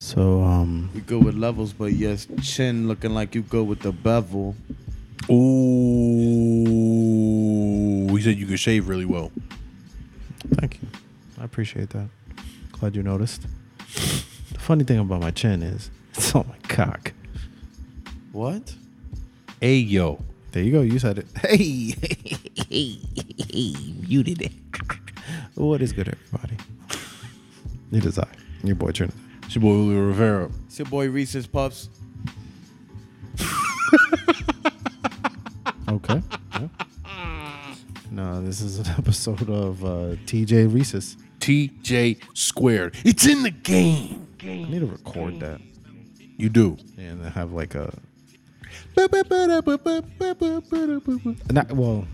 So um, We go with levels, but yes, chin looking like you go with the bevel. Ooh, he said you could shave really well. thank you. I appreciate that. Glad you noticed. The funny thing about my chin is it's on my cock. What? Hey yo, There you go. You said it. Hey, you did it. what is good, everybody? It is I, your boy Trinidad. It's your boy Julio Rivera. It's your boy Reese's Puffs. Okay. yeah. No, this is an episode of uh, TJ Reese's. TJ squared. It's in the game. I need to record that You do. and then have like a I not well.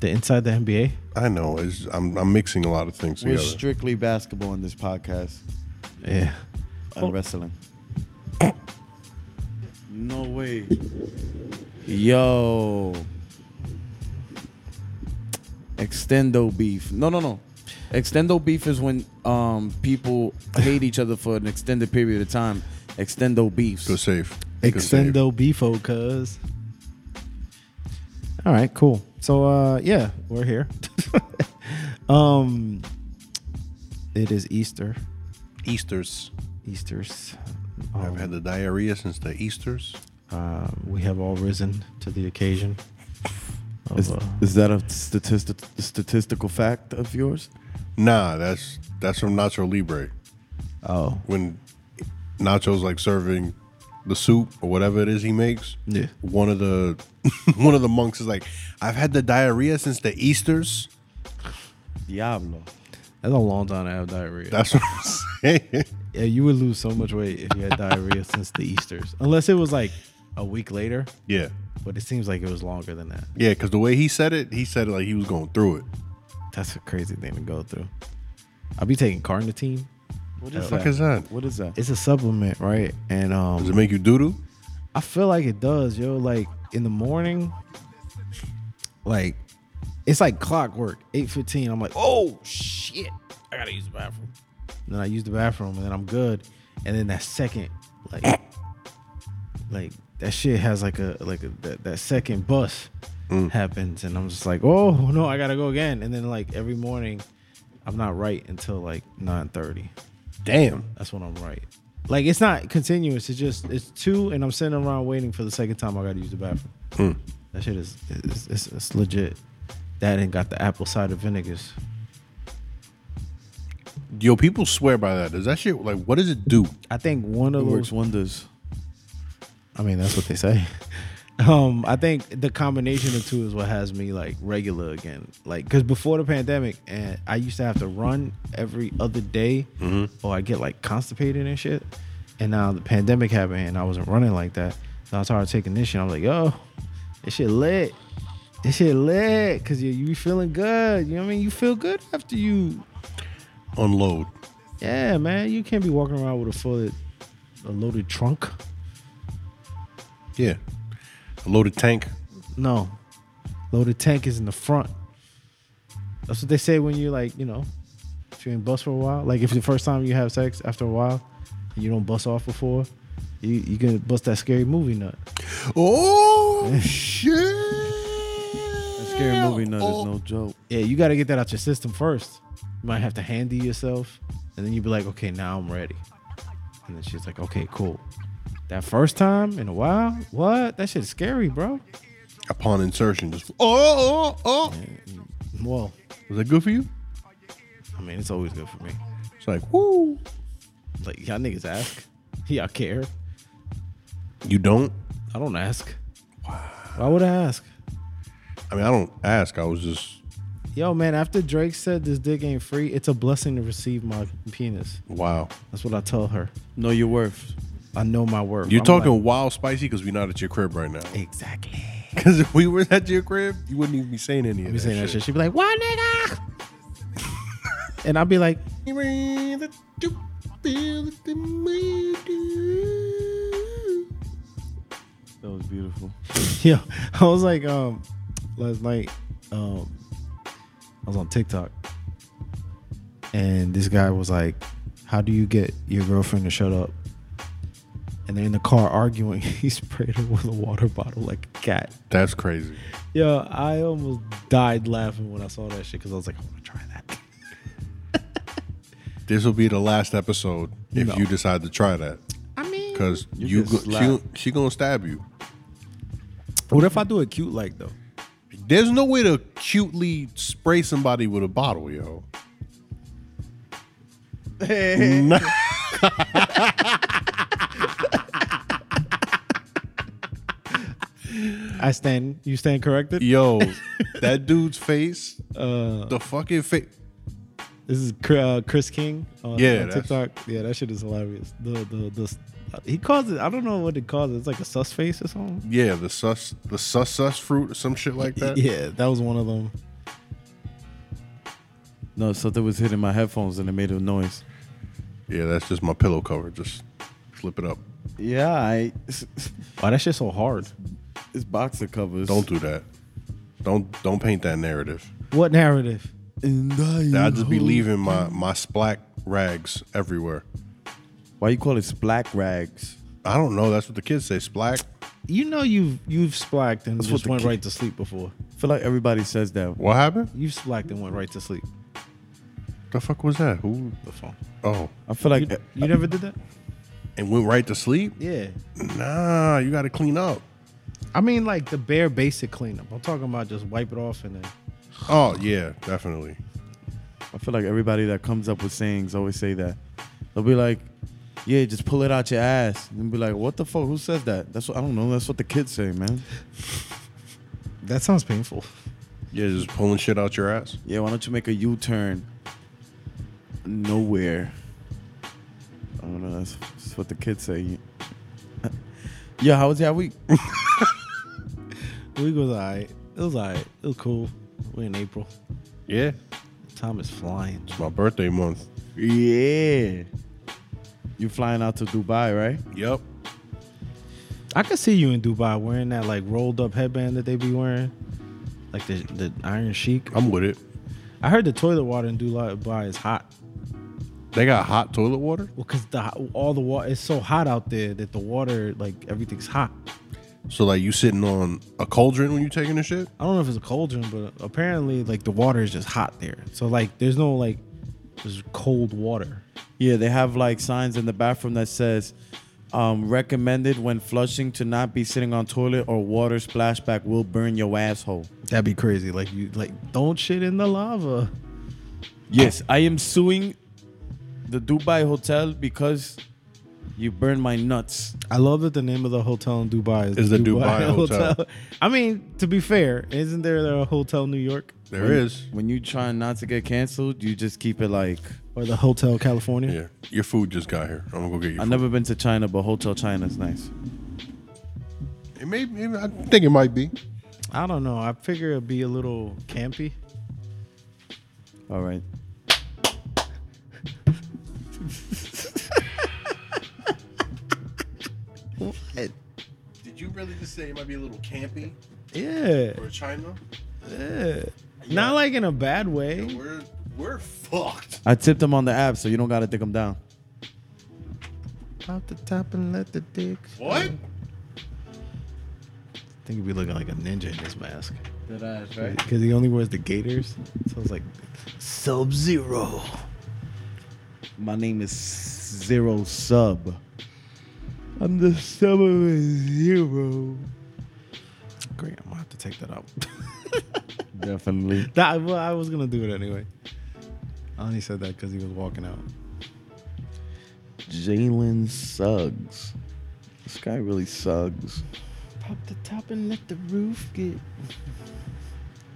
The inside the NBA. know. It's, I'm, I'm mixing a lot of things We're together. strictly basketball in this podcast Yeah. and wrestling. No way. Yo. Extendo beef. No, no, no. Extendo beef is when um people hate each other for an extended period of time. Extendo beefs. Go safe. Extendo Bifo, cuz. All right, cool. So uh yeah, we're here. um it is Easter. Easter's. Easter's. Oh. I've had the diarrhea since the Easter's. Uh, we have all risen to the occasion. of, Is, uh, is that a statistic, statistical fact of yours? Nah, that's that's from Nacho Libre. oh. When Nacho's like serving the soup or whatever it is he makes, Yeah. one of the one of the monks is like, "I've had the diarrhea since the Easter's." Diablo. That's a long time to have diarrhea. That's what I'm saying. yeah, you would lose so much weight if you had diarrhea since the Easter's. Unless it was like a week later, Yeah, but it seems like it was longer than that. yeah. Because the way he said it, he said it like he was going through it. That's a crazy thing to go through. I'll be taking carnitine. What The fuck is that? What is that? It's a supplement, right? And Does um it make you doodoo? I feel like it does, yo. Like in the morning, like it's like clockwork. 8:15. I'm like, oh shit. I gotta use the bathroom. And then I use the bathroom and then I'm good. And then that second, like like that shit has like a like a, that, that second bus happens and I'm just like, oh no, I gotta go again. And then like every morning I'm not right until like 9:30. Damn. That's when I'm right. Like it's not continuous. It's just it's two, and I'm sitting around waiting for the second time I got to use the bathroom. That shit is it's, it's, it's legit. That and got the apple cider vinegars. Yo, people swear by that. Does that shit like what does it do? I think one of It those. works wonders. I mean, that's what they say. Um, I think the combination of two is what has me like regular again. Like, cause before the pandemic, and I used to have to run every other day, or I get like constipated and shit. And now the pandemic happened, and I wasn't running like that. So I started taking this shit. I'm like, yo, this shit lit. This shit lit, cause you you feeling good. You know what I mean? You feel good after you. Unload. Yeah, man. You can't be walking around with a full, a loaded trunk. Yeah. A loaded tank. No. Loaded tank is in the front. That's what they say when you like, you know, if you're in bus for a while. Like if the first time you have sex after a while and you don't bust off before, you you can bust that scary movie nut. Oh shit. That scary movie nut is no joke. Yeah, you gotta get that out your system first. You might have to handy yourself and then you be like, okay, now I'm ready. And then she's like, okay, cool. That first time in a while? What? That shit's scary, bro. Upon insertion, just oh oh oh. Well, Was that good for you? I mean, it's always good for me. It's like woo. Like y'all niggas ask. Y'all care. You don't? I don't ask. Why would I ask? I mean I don't ask. I was just Yo, man, after Drake said this dick ain't free, it's a blessing to receive my penis. wow. That's what I tell her. Know your worth. I know my worth. You're I'm talking like, wild spicy because we're not at your crib right now. exactly. Because if we were at your crib, you wouldn't even be saying any of Be that, saying that shit. shit. She'd be like, "Why, nigga?" and I'd be like, That was beautiful. "Yo," I was like, um, last night, um, I was on TikTok, and this guy was like, How do you get your girlfriend to shut up? And they're in the car arguing. He sprayed her with a water bottle like a cat. That's crazy. Yo, I almost died laughing when I saw that shit because I was like, I want to try that. This will be the last episode if No. you decide to try that, I mean, because You you, get go, she, slapped. she gonna stab you. what if I do it cute like though? There's no way to cutely spray somebody with a bottle, yo. Nah. I stand. You stand corrected. yo, that dude's face, Uh, the fucking face. this is Cr- uh, Chris King. On, Yeah, on that's- TikTok. Yeah, that shit is hilarious. The the the he calls it. I don't know what it calls it. It's like a sus face or something. Yeah, the sus, the sus sus fruit, or some shit like that. Yeah, that was one of them. No, something was hitting my headphones and it made a noise. Yeah, that's just my pillow cover. Just flip it up. Yeah, I, it's, Wow, that shit's so hard. it's boxer covers. Don't do that. Don't don't paint that narrative. What narrative? And I I'll just be leaving my my splack rags everywhere. Why you call it splack rags? I don't know. That's what the kids say. Splack. You know you've you've splacked and what just the went kid- right to sleep before. I feel like everybody says that. What happened? You've splacked and went right to sleep. The fuck was that? Who? The phone. Oh, I feel like You, you never did that? and went right to sleep. uh, Yeah. Nah, you got to clean up. I mean like the bare basic cleanup. I'm talking about just wipe it off and then Oh yeah, definitely. I feel like everybody that comes up with sayings always say that. They'll be like, "Yeah, just pull it out your ass," and be like, "What the fuck? Who says that?" That's what I don't know. That's what the kids say, man. that sounds painful. Yeah, just pulling shit out your ass. Yeah, why don't you make a U turn? Nowhere. I don't know. That's, that's what the kids say. yeah, how was your week? The week was alright. It was alright. It was cool. We're in April. Yeah, Time is flying. it's my birthday month. yeah. You flying out to Dubai, right? Yep. I could see you in Dubai wearing that like rolled up headband that they be wearing. Like the the Iron Sheik. I'm with it. I heard the toilet water in Dubai is hot. They got hot toilet water. Well, cause the all the water it's so hot out there that the water like everything's hot. So like you sitting on a cauldron when you taking a shit. I don't know if it's a cauldron, but apparently like the water is just hot there. So like there's no like just cold water. Yeah, they have like signs in the bathroom that says um, recommended when flushing to not be sitting on toilet or water splashback will burn your asshole. That'd be crazy. Like you like don't shit in the lava. Yes, I am suing the Dubai hotel because you burned my nuts. I love that the name of the hotel in Dubai is, Is the Dubai hotel. I mean, to be fair, isn't there a hotel in New York There is. When you trying not to get canceled, you just keep it like or the Hotel California? Yeah, your food just got here. I'm gonna go get you. I've never been to China, but Hotel China is nice. It may, it- I think it might be. I don't know. I figure it'd be a little campy. All right. Did you really just say it might be a little campy Yeah, China? yeah. Not like in a bad way. We're we're fucked. I tipped them on the app, so you don't gotta dig them down. Pop the top and let the dicks. What? I think he'd be looking like a ninja in his mask. That ass, Because he only wears the gaiters. So it's like Sub Zero. My name is Zero Sub. I'm the sub of zero. Great, I'm gonna have to take that out. Definitely. that, well, I was gonna do it anyway. I only said that because he was walking out. Jalen Suggs. This guy really sugs. Pop the top and let the roof get.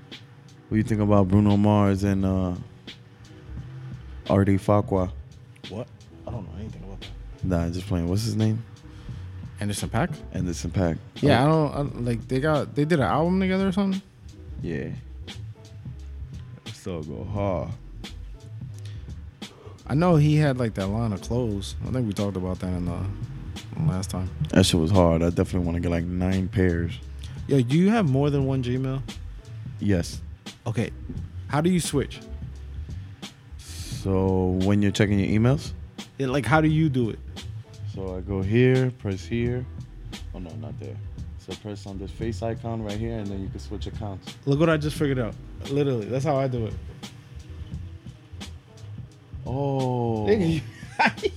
What do you think about Bruno Mars and uh, RD Fakwa? What? I don't know anything about that. Nah, just playing. What's his name? Anderson Pack? Anderson Oh. Pack. Yeah, I don't, I don't like they got they did an album together or something. yeah. So go hard. I know he had like that line of clothes. I think we talked about that in the last time. That shit was hard. I definitely want to get like nine pairs. Yo, do you have more than one Gmail? Yes. Okay. How do you switch? So when you're checking your emails, And like, how do you do it? So I go here, press here. Oh no, not there. So press on this face icon right here, and then you can switch accounts. Look what I just figured out. Literally, that's how I do it. Oh, Nigga, you-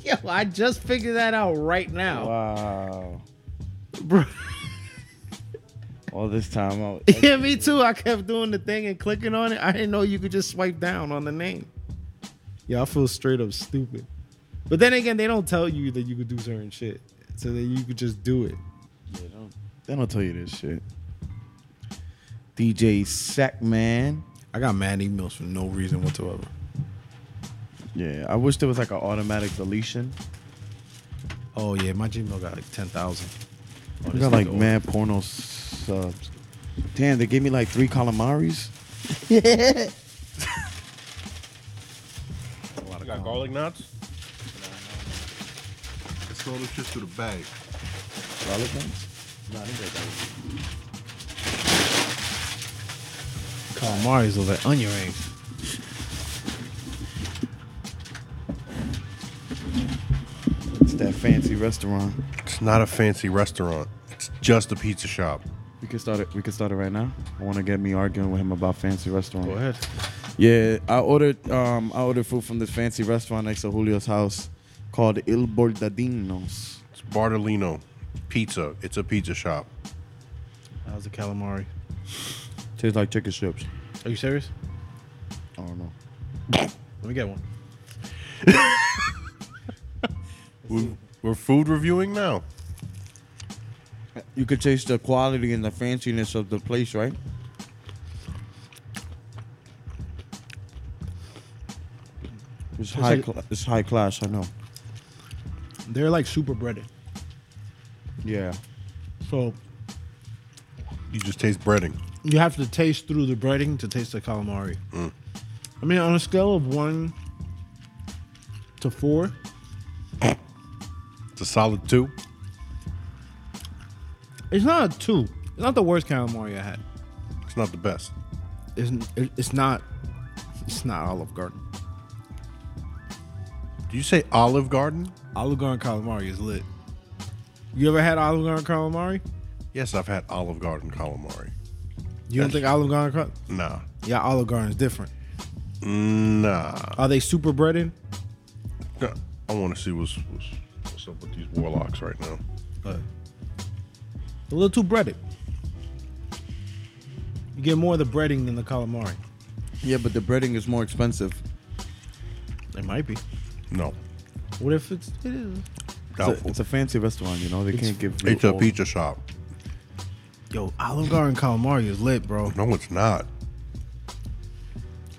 Yo, I just figured that out right now, wow! bro. All this time, I, yeah, me too. I kept doing the thing and clicking on it. I didn't know you could just swipe down on the name. Yeah, I feel straight up stupid. But then again, they don't tell you that you could do certain shit, so that you could just do it. they, don't, they don't tell you this shit. DJ Sack Man. I got mad emails for no reason whatsoever. Yeah, I wish there was like an automatic deletion. Oh yeah, my Gmail got like ten thousand. Oh, I got like mad porno subs. Damn, they gave me like three calamaris. You got garlic knots? Let's throw this shit through the bag. Garlic knots? calamari's look like onion rings. It's that fancy restaurant. It's not a fancy restaurant. It's just a pizza shop. We can start it. We can start it right now. I want to get me arguing with him about fancy restaurant. Go ahead. Yeah, I ordered. Um, I ordered food from this fancy restaurant next to Julio's house called Il Bordadinos. It's Bartolino Pizza. It's a pizza shop. How's the calamari? Tastes like chicken strips. Are you serious? I don't know. Let me get one. We're, we're food reviewing now. You could taste the quality and the fanciness of the place, right? It's high. like- cla- it's high class. I know. They're like super breaded, Yeah. so You just taste breading. you have to taste through the breading to taste the calamari. I mean, on a scale of one to four, It's a solid two. it's not a two. It's not the worst calamari I had. It's not the best. It's it- it's not it's not Olive Garden. Did you say Olive Garden? Olive Garden calamari is lit. You ever had Olive Garden calamari? Yes, I've had Olive Garden calamari. You don't Yes. think Olive Garden? cal- Nah. yeah, Olive Garden is different. Nah. Are they super breaded? I want to see what's, what's, what's up with these warlocks right now. Uh, a little too breaded. You get more of the breading than the calamari. Yeah, but the breading is more expensive. It might be. No. What if it's it is? It's a, Doubtful. it's a fancy restaurant, you know. They can't give you It's a all- pizza shop. Yo, Olive Garden calamari is lit, bro. No, it's not.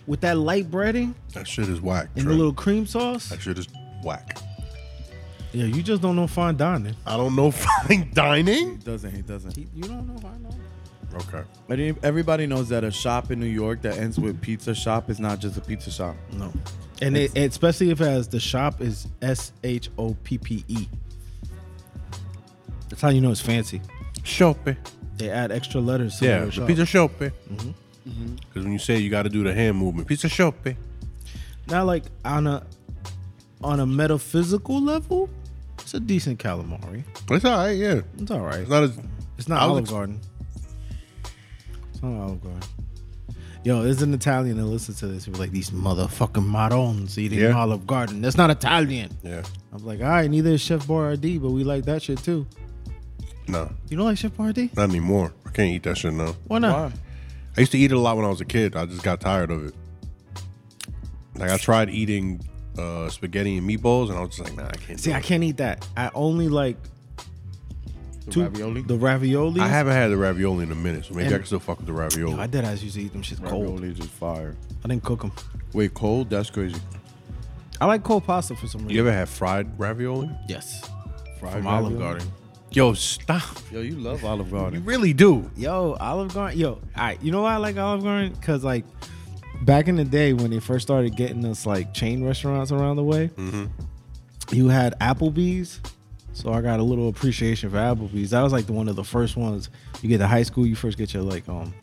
With that light breading That shit is whack. and the Trent. little cream sauce. That shit is whack. Yeah, you just don't know fine dining. I don't know fine dining. He doesn't. He doesn't. You don't know fine dining. Okay. But any- everybody knows that a shop in New York that ends with pizza shop is not just a pizza shop. No. And it, especially if it has the shop is S H O P P E. That's how you know it's fancy. Shoppe. They add extra letters. To Yeah, their the shop. pizza shoppe. Mm-hmm. Because when you say you got to do the hand movement, pizza shoppe. Now, like on a on a metaphysical level, it's a decent calamari. It's all right. Yeah, It's all right. it's not as It's not I was Olive ex- Garden. It's not Olive Garden. Yo, there's an Italian that listens to this. He was like, these motherfucking marrons eating Yeah. Olive Garden. That's not Italian. yeah. I'm like, all right, neither is Chef Boyardee, but we like that shit too. No, You don't like Chef Boyardee? not anymore. I can't eat that shit now. Why not? I used to eat it a lot when I was a kid. I just got tired of it. Like I tried eating uh, spaghetti and meatballs, and I was just like, nah, I can't. See, do I it. can't eat that. I only like The two, ravioli. The ravioli. I haven't had the ravioli in a minute, so maybe I And- can still fuck with the ravioli. I did. I used to eat them shits cold. ravioli is just fire. I didn't cook them. Wait, cold? That's crazy. I like cold pasta for some reason. you ever had fried ravioli? Yes. Fried From ravioli? Olive Garden. Yo, stop. Yo, you love Olive You Garden. really do. Yo, Olive Garden. Yo, all right. You know why I like Olive Garden? Because, like, back in the day when they first started getting us, like, chain restaurants around the way, you had Applebee's. So I got a little appreciation for Applebee's. That was, like, the one of the first ones. You get to high school, you first get your, like, um,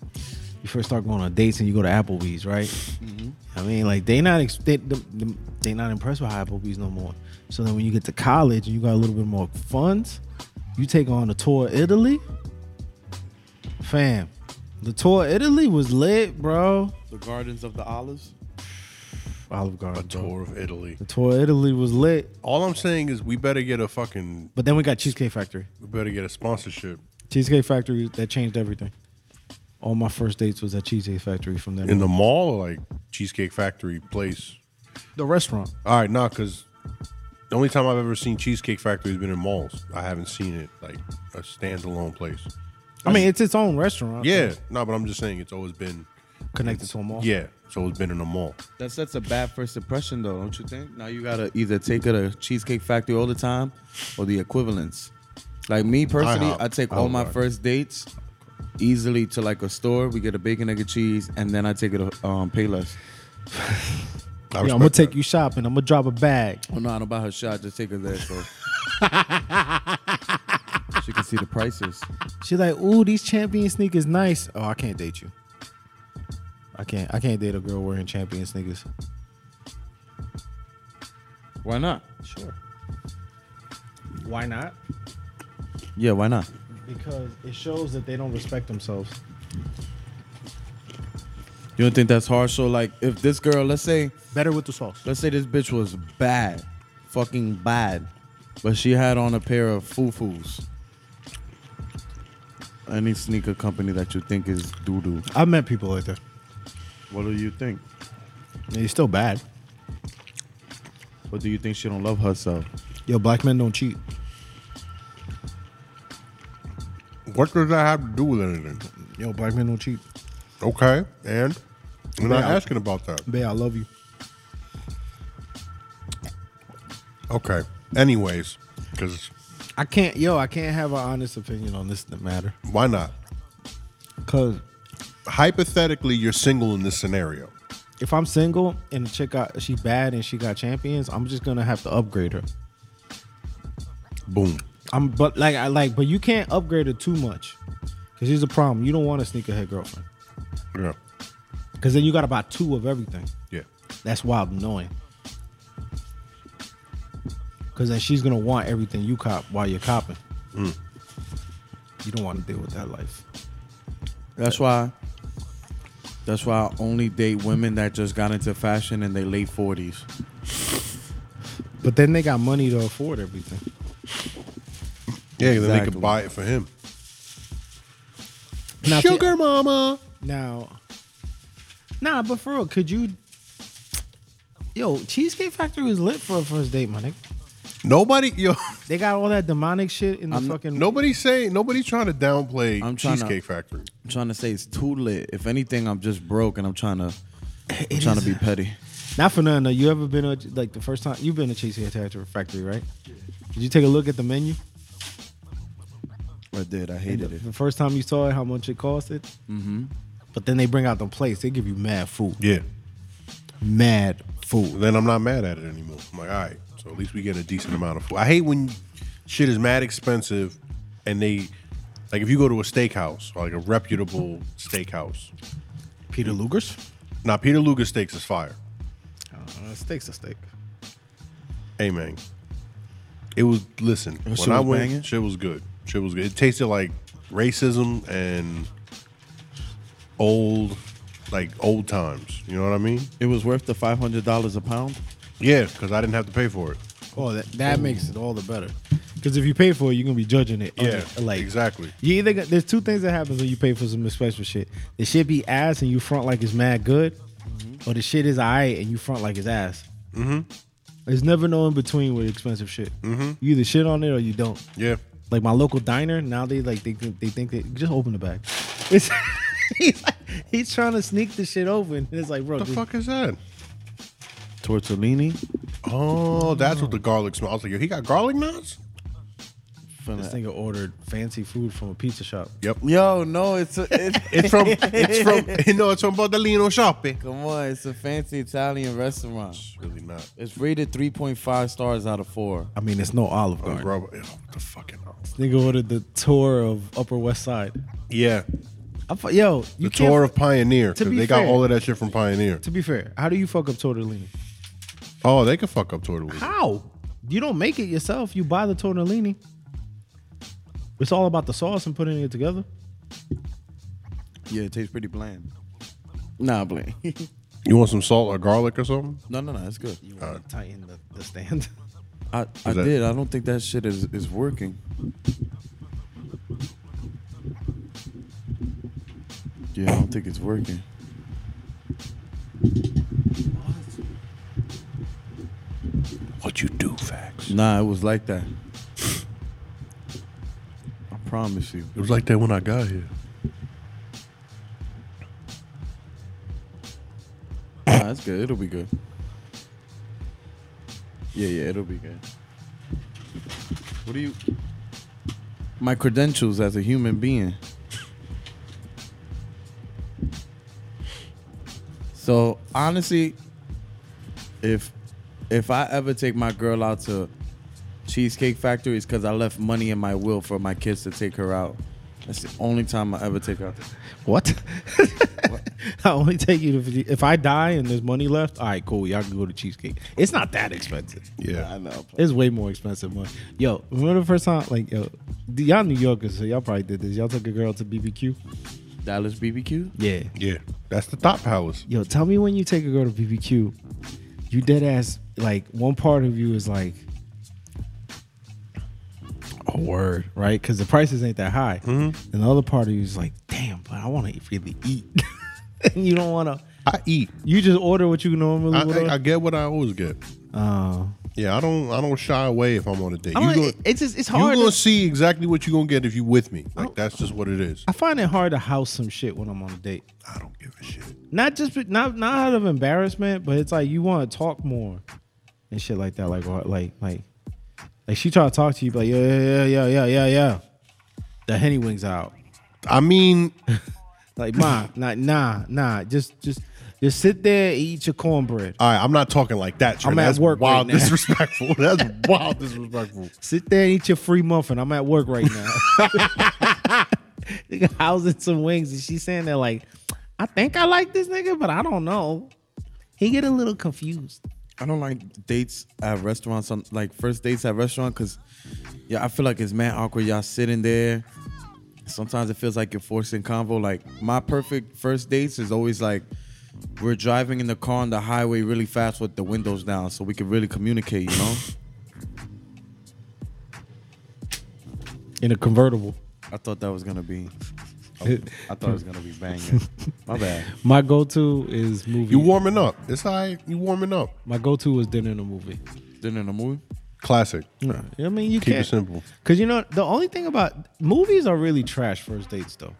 you first start going on dates and you go to Applebee's, right? I mean, like, they not, ex- they, the- the- they not impressed with how Applebee's no more. So then when you get to college and you got a little bit more funds, you take on the tour of Italy. Fam, the tour of Italy was lit, bro. The gardens of the olives. Olive Garden. A tour of Italy. The tour of Italy was lit. All I'm saying is we better get a fucking But then we got Cheesecake Factory. we better get a sponsorship Cheesecake Factory that changed everything. All my first dates was at Cheesecake Factory from then. in on. the mall or like Cheesecake Factory place. the restaurant. All right, nah, because the only time I've ever seen Cheesecake Factory has been in malls. I haven't seen it like a standalone place. I mean, it's its own restaurant. Yeah, no, but I'm just saying it's always been Connected to a mall. yeah, it's always been in a mall. That sets a bad first impression, though, don't you think? Now you gotta either take it to Cheesecake Factory all the time, or the equivalents. Like me personally, IHOP. I take all Olive my Garden. first dates easily to like a store. We get a bacon, egg, and cheese, and then I take it to um, Payless. I Yeah, I'm respect gonna take that. you shopping. I'm gonna drop a bag. Oh no, I don't buy her shot. Just take her there, so she can see the prices. She's like, ooh, these champion sneakers nice. Oh, I can't date you. I can't I can't date a girl wearing champion sneakers. Why not? Sure. Why not? Yeah, why not? Because it shows that they don't respect themselves. You don't think that's harsh? So like, if this girl, let's say, Better with the sauce. let's say this bitch was bad, fucking bad, but she had on a pair of fufus. Any sneaker company that you think is doo doo. I've met people like that. What do you think? They're still bad. What do you think she don't love herself? Yo, black men don't cheat. What does that have to do with anything? Yo, black men don't cheat. Okay, and we're not Yeah. asking about that. Bae, I love you. Okay, anyways, because I can't yo, I can't have an honest opinion on this matter. why not? Cause Hypothetically, you're single in this scenario. if I'm single and the chick got she bad and she got champions, I'm just gonna have to upgrade her. Boom. I'm but like I like, but you can't upgrade her too much. Cause here's the problem: you don't want a sneakerhead girlfriend. Yeah, Cause then you gotta buy two of everything. yeah. That's wild annoying. Cause then she's gonna want everything you cop while you're copping. Mm. You don't want to deal with that life. That's why. That's why I only date women that just got into fashion in their late forties. But then they got money to afford everything. Yeah, then they Exactly. could buy it for him. Now, see- Sugar mama. Now, nah, but for real, could you? Yo, Cheesecake Factory was lit for a first date, my nigga. Nobody, yo, They got all that demonic shit in the I'm- fucking. nobody say, nobody's trying to downplay I'm trying to- Cheesecake Factory. I'm trying to say it's too lit. If anything, I'm just broke and I'm trying to I'm trying to be petty. Not for nothing. though. You ever been to like the first time you've been to Cheesecake Factory, factory right? Did you take a look at the menu? I did. And I the, hated it. the first time you saw it, how much it costed? Mm-hmm. But then they bring out the plates. They give you mad food. Yeah. Mad food. Then I'm not mad at it anymore. I'm like, all right. So at least we get a decent amount of food. I hate when shit is mad expensive, and they, like, if you go to a steakhouse, or like a reputable steakhouse. Peter Luger's. Now Peter Luger steaks is fire. Uh, steak's a steak. Hey man, it was. Listen, when shit I was went, banging? shit was good. Shit was good. It tasted like racism and old, like old times. You know what I mean? It was worth the five hundred dollars a pound. Yeah, because I didn't have to pay for it. Oh, that, that makes it all the better. Because if you pay for it, you're gonna be judging it. Yeah, Okay, like exactly. You either got, there's two things that happens when you pay for some special shit. The shit be ass and you front like it's mad good, or the shit is alright and you front like it's ass. Mm-hmm. There's never no in between with expensive shit. Mm-hmm. You either shit on it or you don't. Yeah, Like my local diner now, they like they think they think they just open the bag. It's he's, like, he's trying to sneak the shit over and it's like bro, what the just- fuck is that? Tortellini. Oh, that's what the garlic smells. I was like, yo, he got garlic knots? this nigga ordered fancy food from a pizza shop. Yep. Yo, no, it's a, it's It's from it's from you know it's from Bordellino Shoppe. come on, it's a fancy Italian restaurant. It's really not. It's rated three point five stars out of four. I mean, it's no Olive Garden. Bro, what the fucking hell? Nigga ordered the tour of Upper West Side. Yeah, I fu- yo, the you can't- tour of Pioneer. To 'cause be they got fair. all of that shit from Pioneer. To be fair, how do you fuck up tortellini? Oh, they could fuck up Tortellini. How? You don't make it yourself. You buy the tortellini. It's all about the sauce and putting it together. Yeah, it tastes pretty bland. Nah, bland. You want some salt or garlic or something? no, no, no, it's good. You want to tighten the, the stand. I, I that- did. I don't think that shit is, is working. Yeah, I don't think it's working. What you do, facts. Nah, it was like that. I promise you. It was like that when I got here. Nah, that's good. It'll be good. Yeah, yeah, it'll be good. What do you? My credentials as a human being. So honestly, if if I ever take my girl out to Cheesecake Factory, it's because I left money in my will for my kids to take her out. That's the only time I ever take her out. What? I only take you to if I die and there's money left. All right, cool. Y'all can go to cheesecake. It's not that expensive. Yeah. know. It's way more expensive money. Yo, remember the first time? Like, yo, d- y'all New Yorkers, so y'all probably did this. Y'all took a girl to BBQ. Dallas BBQ. Yeah. Yeah. That's the top house. Yo, tell me when you take a girl to BBQ, you dead ass. Like, one part of you is like, a word, right? Because the prices ain't that high. And the other part of you is like, damn, but I want to really eat. and you don't want to. I eat. You just order what you normally I, would order. I, I get what I always get. Oh. Yeah, I don't I don't shy away if I'm on a date. I You don't- gonna, it- it's just it's you hard. gonna to- see exactly what you're gonna get if you with me. Like that's just what it is. I find it hard to house some shit when I'm on a date. I don't give a shit. Not just be- not not out of embarrassment, but it's like you want to talk more and shit like that. Like or- like like like she try to talk to you, but yeah yeah yeah yeah yeah yeah yeah. The henny wings out. I mean, Like ma, nah nah nah. Just just just sit there and eat your cornbread. all right, I'm not talking like that. Trent. I'm at That's work Wild right now. disrespectful. That's wild disrespectful. Sit there and eat your free muffin. I'm at work right now. nigga housing some wings, and she's saying that like, I think I like this nigga, but I don't know. He get a little confused. I don't like dates at restaurants. On, like first dates at restaurant, cause yeah, I feel like it's man awkward. Y'all sitting there. Sometimes it feels like you're forcing convo. Like my perfect first dates is always like we're driving in the car on the highway really fast with the windows down, so we can really communicate. You know, In a convertible. I thought that was gonna be. oh, I thought it was gonna be banging. My bad. My go-to is movie. You warming up. It's all right. You warming up. My go-to is dinner and a movie. Then in the movie, Classic. I mean, you Keep can't. it simple. Cause you know the only thing about movies are really trash first dates though.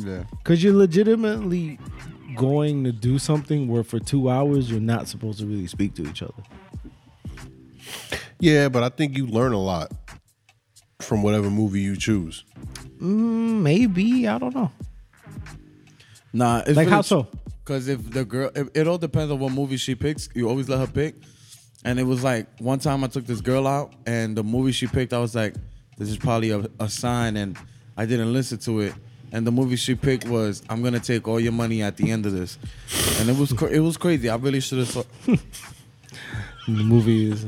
yeah, Cause you're legitimately going to do something where for two hours you're not supposed to really speak to each other. Yeah, but I think you learn a lot from whatever movie you choose. Maybe I don't know. nah. It's Like, really how so? Because if the girl, it, it all depends on what movie she picks. You always let her pick. And it was like one time I took this girl out, and the movie she picked, I was like, this is probably a, a sign, and I didn't listen to it. And the movie she picked was, I'm gonna take all your money at the end of this. And it was cra- it was crazy. I really should have. Saw- The movie is.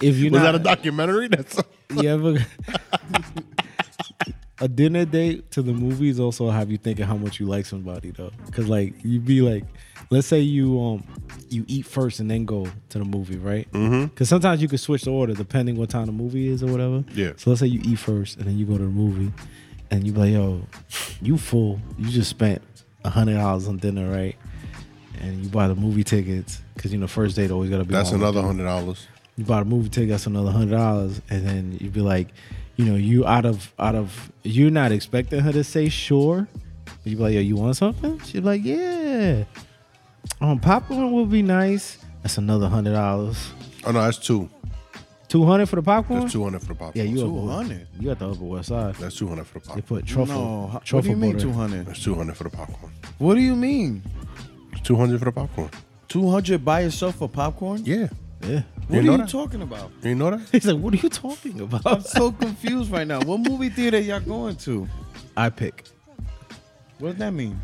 if you Was not, that a documentary? That's you ever a dinner date to the movies also have you thinking how much you like somebody though, because like you be like, let's say you um you eat first and then go to the movie, right? Because Mm-hmm. sometimes you can switch the order depending what time the movie is or whatever. Yeah. So let's say you eat first and then you go to the movie, and you be like, yo, you full? You just spent a hundred dollars on dinner, right? And you buy the movie tickets because you know first date always gotta be. that's all another hundred dollars. you bought a movie ticket that's another hundred dollars and then you'd be like you know you out of out of you're not expecting her to say sure but you'd be like yo you want something she'd be like yeah um popcorn would be nice that's another hundred dollars Oh no, that's two. 200 for the popcorn That's two hundred for the popcorn. yeah you upper- 200? you at the upper west side That's two hundred for the they popcorn. put truffle no, how- what do truffle you mean butter. 200? That's two hundred for the popcorn. What do you mean? Two hundred for the popcorn. 200 by yourself for popcorn? Yeah. yeah What are know you that? talking about? You know that? he's like what are you talking I'm about so confused right now. What movie theater y'all going to? i pick What does that mean?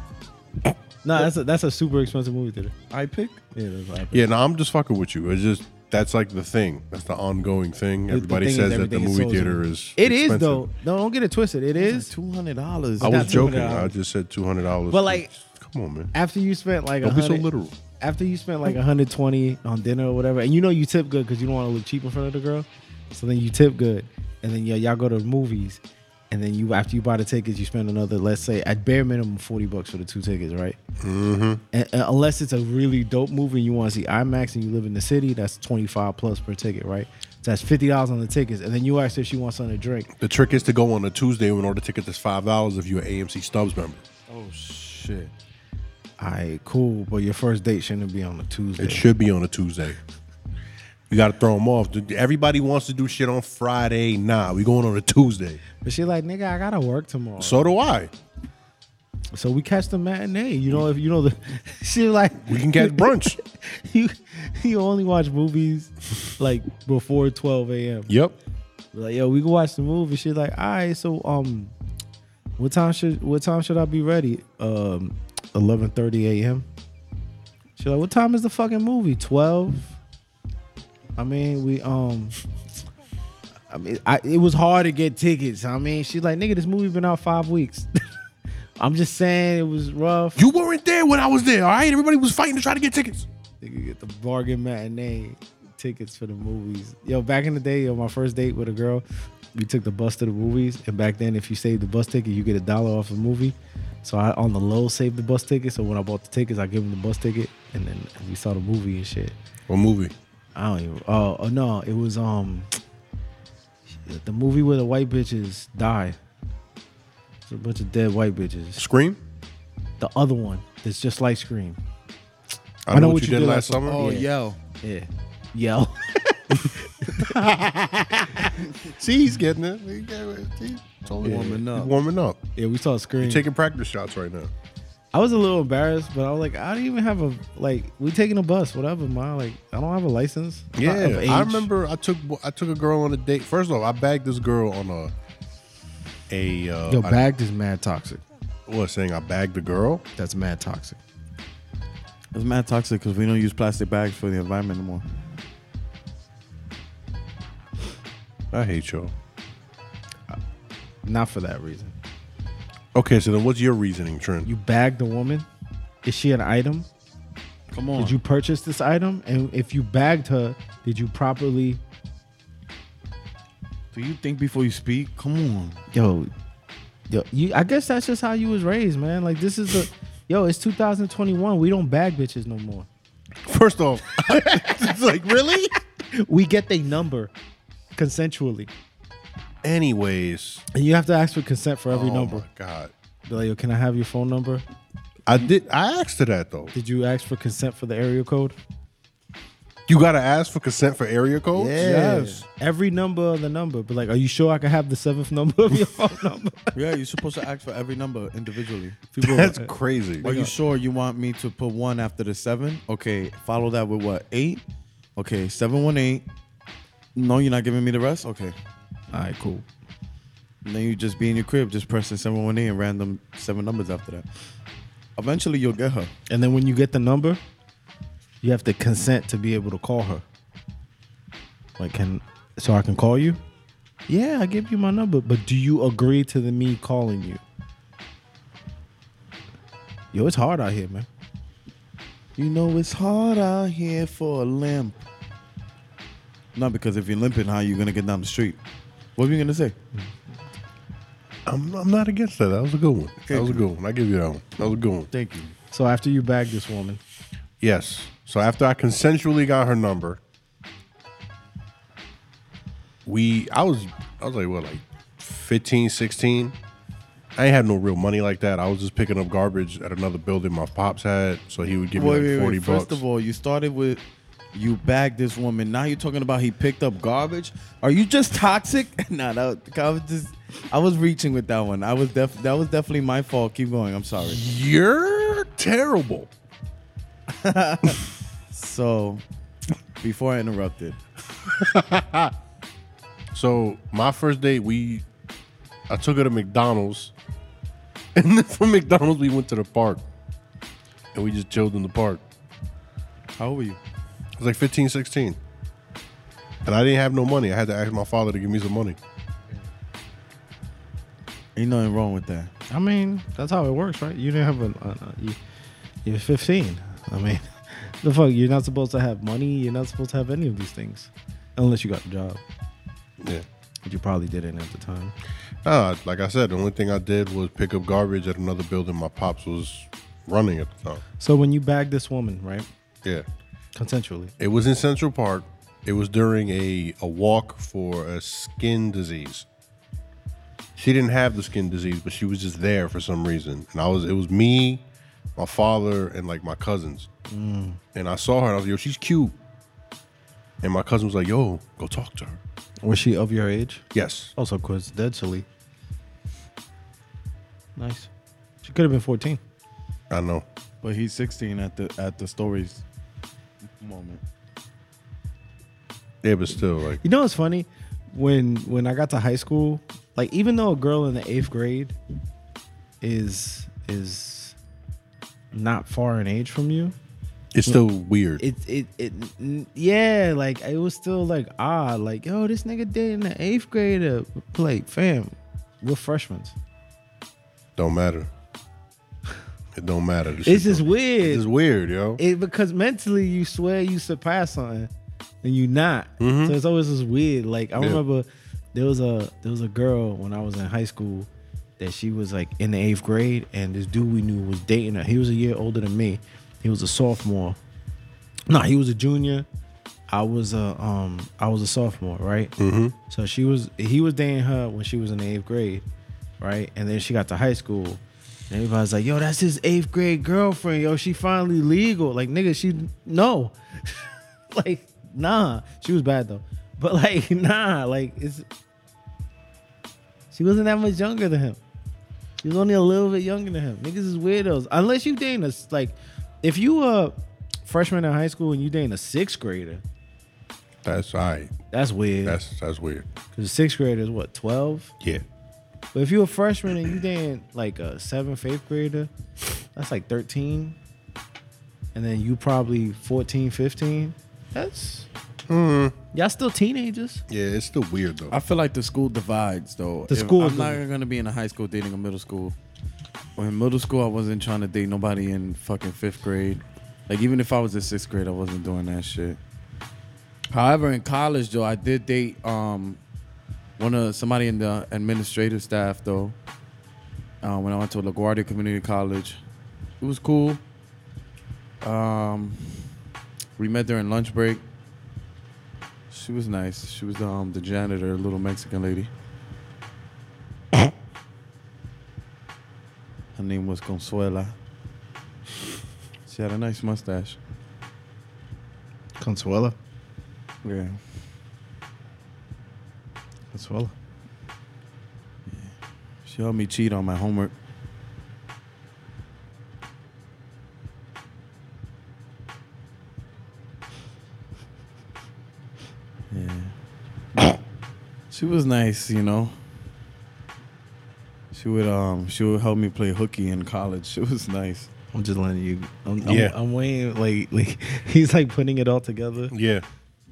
No, that's a, that's a super expensive movie theater. I pick. Yeah, that's what I Yeah, no, I'm just fucking with you. It's just that's like the thing. That's the ongoing thing. Everybody thing is says that the everything is so movie theater is. It is expensive. though. No, don't get it twisted. It is Two hundred dollars. I not was joking. $200. I just said two hundred dollars. But, like- come on, man. after you spent like Don't be so 100 literal. After you spent like 120 on dinner or whatever, and you know you tip good because you don't want to look cheap in front of the girl, so then you tip good, and then yeah, y'all go to movies, and then you after you buy the tickets, you spend another let's say at bare minimum 40 bucks for the two tickets, right? Mm-hmm. And, and unless it's a really dope movie and you want to see IMAX and you live in the city, that's 25 plus per ticket, right? So that's fifty dollars on the tickets, and then you ask if she wants something to drink. The trick is to go on a Tuesday when order ticket that's five dollars if you're an AMC Stubbs member. Oh shit. All right, cool, but your first date shouldn't be on a Tuesday. It should be on a Tuesday. You got to throw them off. Dude, Everybody wants to do shit on Friday. Nah, we going on a Tuesday. But she like, nigga, I gotta work tomorrow. So do I. So we catch the matinee. You know, if you know the she was like We can catch brunch. you you only watch movies like before twelve AM. yep. Like, yo, we can watch the movie. She's like, all right, so um what time should what time should I be ready? Um eleven thirty AM. She's like, what time is the fucking movie? Twelve? I mean, we um I mean I, it was hard to get tickets. I mean, she's like, nigga, this movie been out five weeks. I'm just saying it was rough. You weren't there when I was there. All right, everybody was fighting to try to get tickets. They could get the bargain matinee tickets for the movies. Yo, back in the day, yo, my first date with a girl, we took the bus to the movies, and back then, if you saved the bus ticket, you get a dollar off the movie. So I on the low saved the bus ticket. So when I bought the tickets, I gave him the bus ticket, and then we saw the movie and shit. What movie? I don't even. Oh, oh, no, it was um the movie where the white bitches die. It's a bunch of dead white bitches. Scream. The other one that's just like Scream. I know, what, you did, last summer. Oh yo. Yeah, yo. See, he's getting it. He got it. He's totally Warming up. Warming up. yeah, we saw Scream. You're taking practice shots right now. I was a little embarrassed, but I was like, I don't even have a like. We taking a bus, whatever, ma. Like, I don't have a license. I'm not Yeah, of age. I remember I took I took a girl on a date. First off, I bagged this girl on a a uh, Yo, I- bagged is mad toxic. what saying I bagged the girl. That's mad toxic. It's mad toxic because we don't use plastic bags for the environment anymore. I hate y'all. Not for that reason. Okay, so then what's your reasoning, Trent? You bagged a woman. Is she an item? Come on. Did you purchase this item? And if you bagged her, did you properly? do you think before you speak? Come on. Yo, yo. You. I guess that's just how you was raised, man. Like this is the. yo, it's 2021. We don't bag bitches no more. First off, it's like really. We get their number, consensually, Anyways, and you have to ask for consent for every oh number. my god, Be like, yo, can I have your phone number? I did. I asked her that though. Did you ask for consent for the area code? You gotta ask for consent for area codes. Yes. Every number of the number. But like, are you sure I can have the seventh number of your phone number? Yeah, you're supposed to ask for every number individually. People that's crazy. Are you sure you want me to put one after the seven? Okay, follow that with what? Eight? Okay, seven, one, eight. No, you're not giving me the rest? Okay. All right, cool. And then you just be in your crib, just pressing seven, one, eight and random seven numbers after that. Eventually you'll get her. And then when you get the number, you have to consent to be able to call her. Like, can so I can call you? Yeah, I give you my number. But do you agree to the me calling you? Yo, it's hard out here, man. You know it's hard out here for a limp. Not because if you're limping, how you gonna get down the street? What are you gonna say? I'm, I'm not against that. That was a good one. That was a good one. I give you that one. That was a good one. Thank you. So after you bag this woman, Yes. So after I consensually got her number, we I was I was like what like 15, 16. I ain't had no real money like that. I was just picking up garbage at another building my pops had, so he would give Wait, me wait, like 40 wait. bucks. First of all, you started with you bagged this woman. Now you're talking about he picked up garbage. Are you just toxic? nah, that, I was just I was reaching with that one. I was def that was definitely my fault. Keep going. I'm sorry. You're terrible. So before I interrupted, So my first date, we I took her to McDonald's, and then from McDonald's we went to the park. and we just chilled in the park. How old were you? I was like 15, 16. And I didn't have no money. I had to ask my father to give me some money. Ain't nothing wrong with that. I mean, that's how it works, right? You didn't have an. Uh, uh, you, you're 15. I mean, the fuck, you're not supposed to have money. You're not supposed to have any of these things, unless you got a job, Yeah. which you probably didn't at the time. Nah, like I said, the only thing I did was pick up garbage at another building my pops was running at the time. So when you bag this woman, right, Yeah. consensually, It was in Central Park. It was during a, a walk for a skin disease. She didn't have the skin disease, but she was just there for some reason. And I was it was me, my father, and like my cousins. Mm. And I saw her and I was like, yo, she's cute. And my cousin was like, yo, go talk to her. was she of your age? Yes. Also coincidentally. Nice. She could have been 14. I know. But he's 16 at the at the stories moment. Yeah, but still, like You know what's funny? When when I got to high school, like even though a girl in the eighth grade is is not far in age from you, it's still weird. it it it n- yeah, like it was still like ah, like yo, this nigga did in the eighth grade uh, like fam, we're freshmen. don't matter. It don't matter. This It's shit just don't- weird. It's weird, yo. it because mentally you swear you surpass something and you not. So it's always just weird. Like I Yeah. remember there was a there was a girl when I was in high school that she was like in the eighth grade and this dude we knew was dating her. He was a year older than me. He was a sophomore. No, he was a junior. I was a um I was a sophomore, right? Mm-hmm. So she was he was dating her when she was in the eighth grade, right? And then she got to high school. And everybody's like, yo, that's his eighth grade girlfriend. Yo, she finally legal. Like, nigga, she no. like, nah. She was bad though. But like, nah, like it's she wasn't that much younger than him. He was only a little bit younger than him. Niggas is weirdos. Unless you dating us, like, if you a freshman in high school and you dating a sixth grader, That's all right. that's weird. That's that's weird. Because sixth grader is what twelve. Yeah. But if you a freshman and you dating like a seventh, eighth grader, that's like thirteen. And then you probably 14, 15. That's y'all still teenagers. Yeah, it's still weird though. I feel like the school divides though. The If- school I'm not divides. gonna be in a high school dating a middle school. Or in middle school, I wasn't trying to date nobody in fucking fifth grade. Like even if I was in sixth grade, I wasn't doing that shit. However, in college though, I did date um one of somebody in the administrative staff though. Uh, when I went to LaGuardia Community College, it was cool. Um, we met during lunch break. She was nice. She was um the janitor, little Mexican lady. Her name was Consuela. She had a nice mustache. Consuela. Yeah. Consuela. She helped me cheat on my homework. Yeah. she was nice, you know. She would um she would help me play hooky in college. It was nice. I'm just letting you. I'm, Yeah. I'm, I'm waiting. Like, like he's like putting it all together. yeah.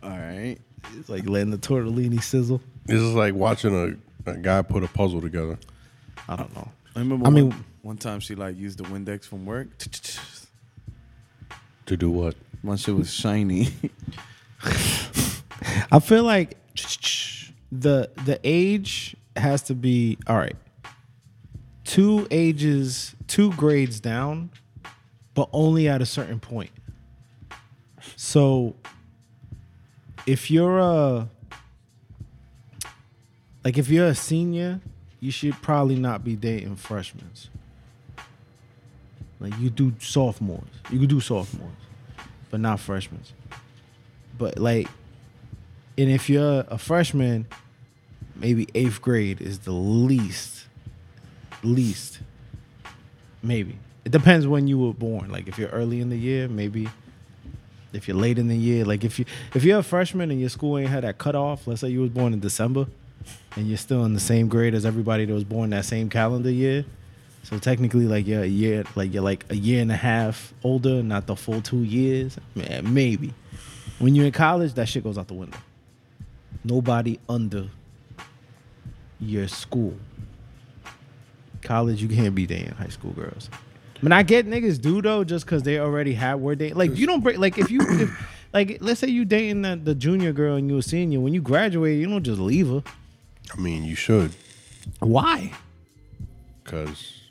All right. It's like letting the tortellini sizzle. This is like watching a, a guy put a puzzle together. I don't know. I remember I one, mean- one time she like used the Windex from work. To do what? My shit was shiny. I feel like the the age has to be all right. Two ages, two grades down, but only at a certain point. So if you're a like if you're a senior, you should probably not be dating freshmen. Like you do sophomores. You could do sophomores, but not freshmen. But like and if you're a freshman, maybe eighth grade is the least, least, maybe. It depends when you were born. Like if you're early in the year, maybe. If you're late in the year, like if you if you're a freshman and your school ain't had that cutoff, let's say you was born in December, and you're still in the same grade as everybody that was born that same calendar year, So technically, like you're a year, like you're like a year and a half older, not the full two years. Man, maybe. When you're in college, that shit goes out the window. Nobody under your school. College, you can't be dating high school girls. I mean, I get niggas do though, just because they already had were dating. Like you don't break. Like if you, if, like let's say you dating the, the junior girl and you a senior. When you graduate, you don't just leave her. I mean, you should, Why? cause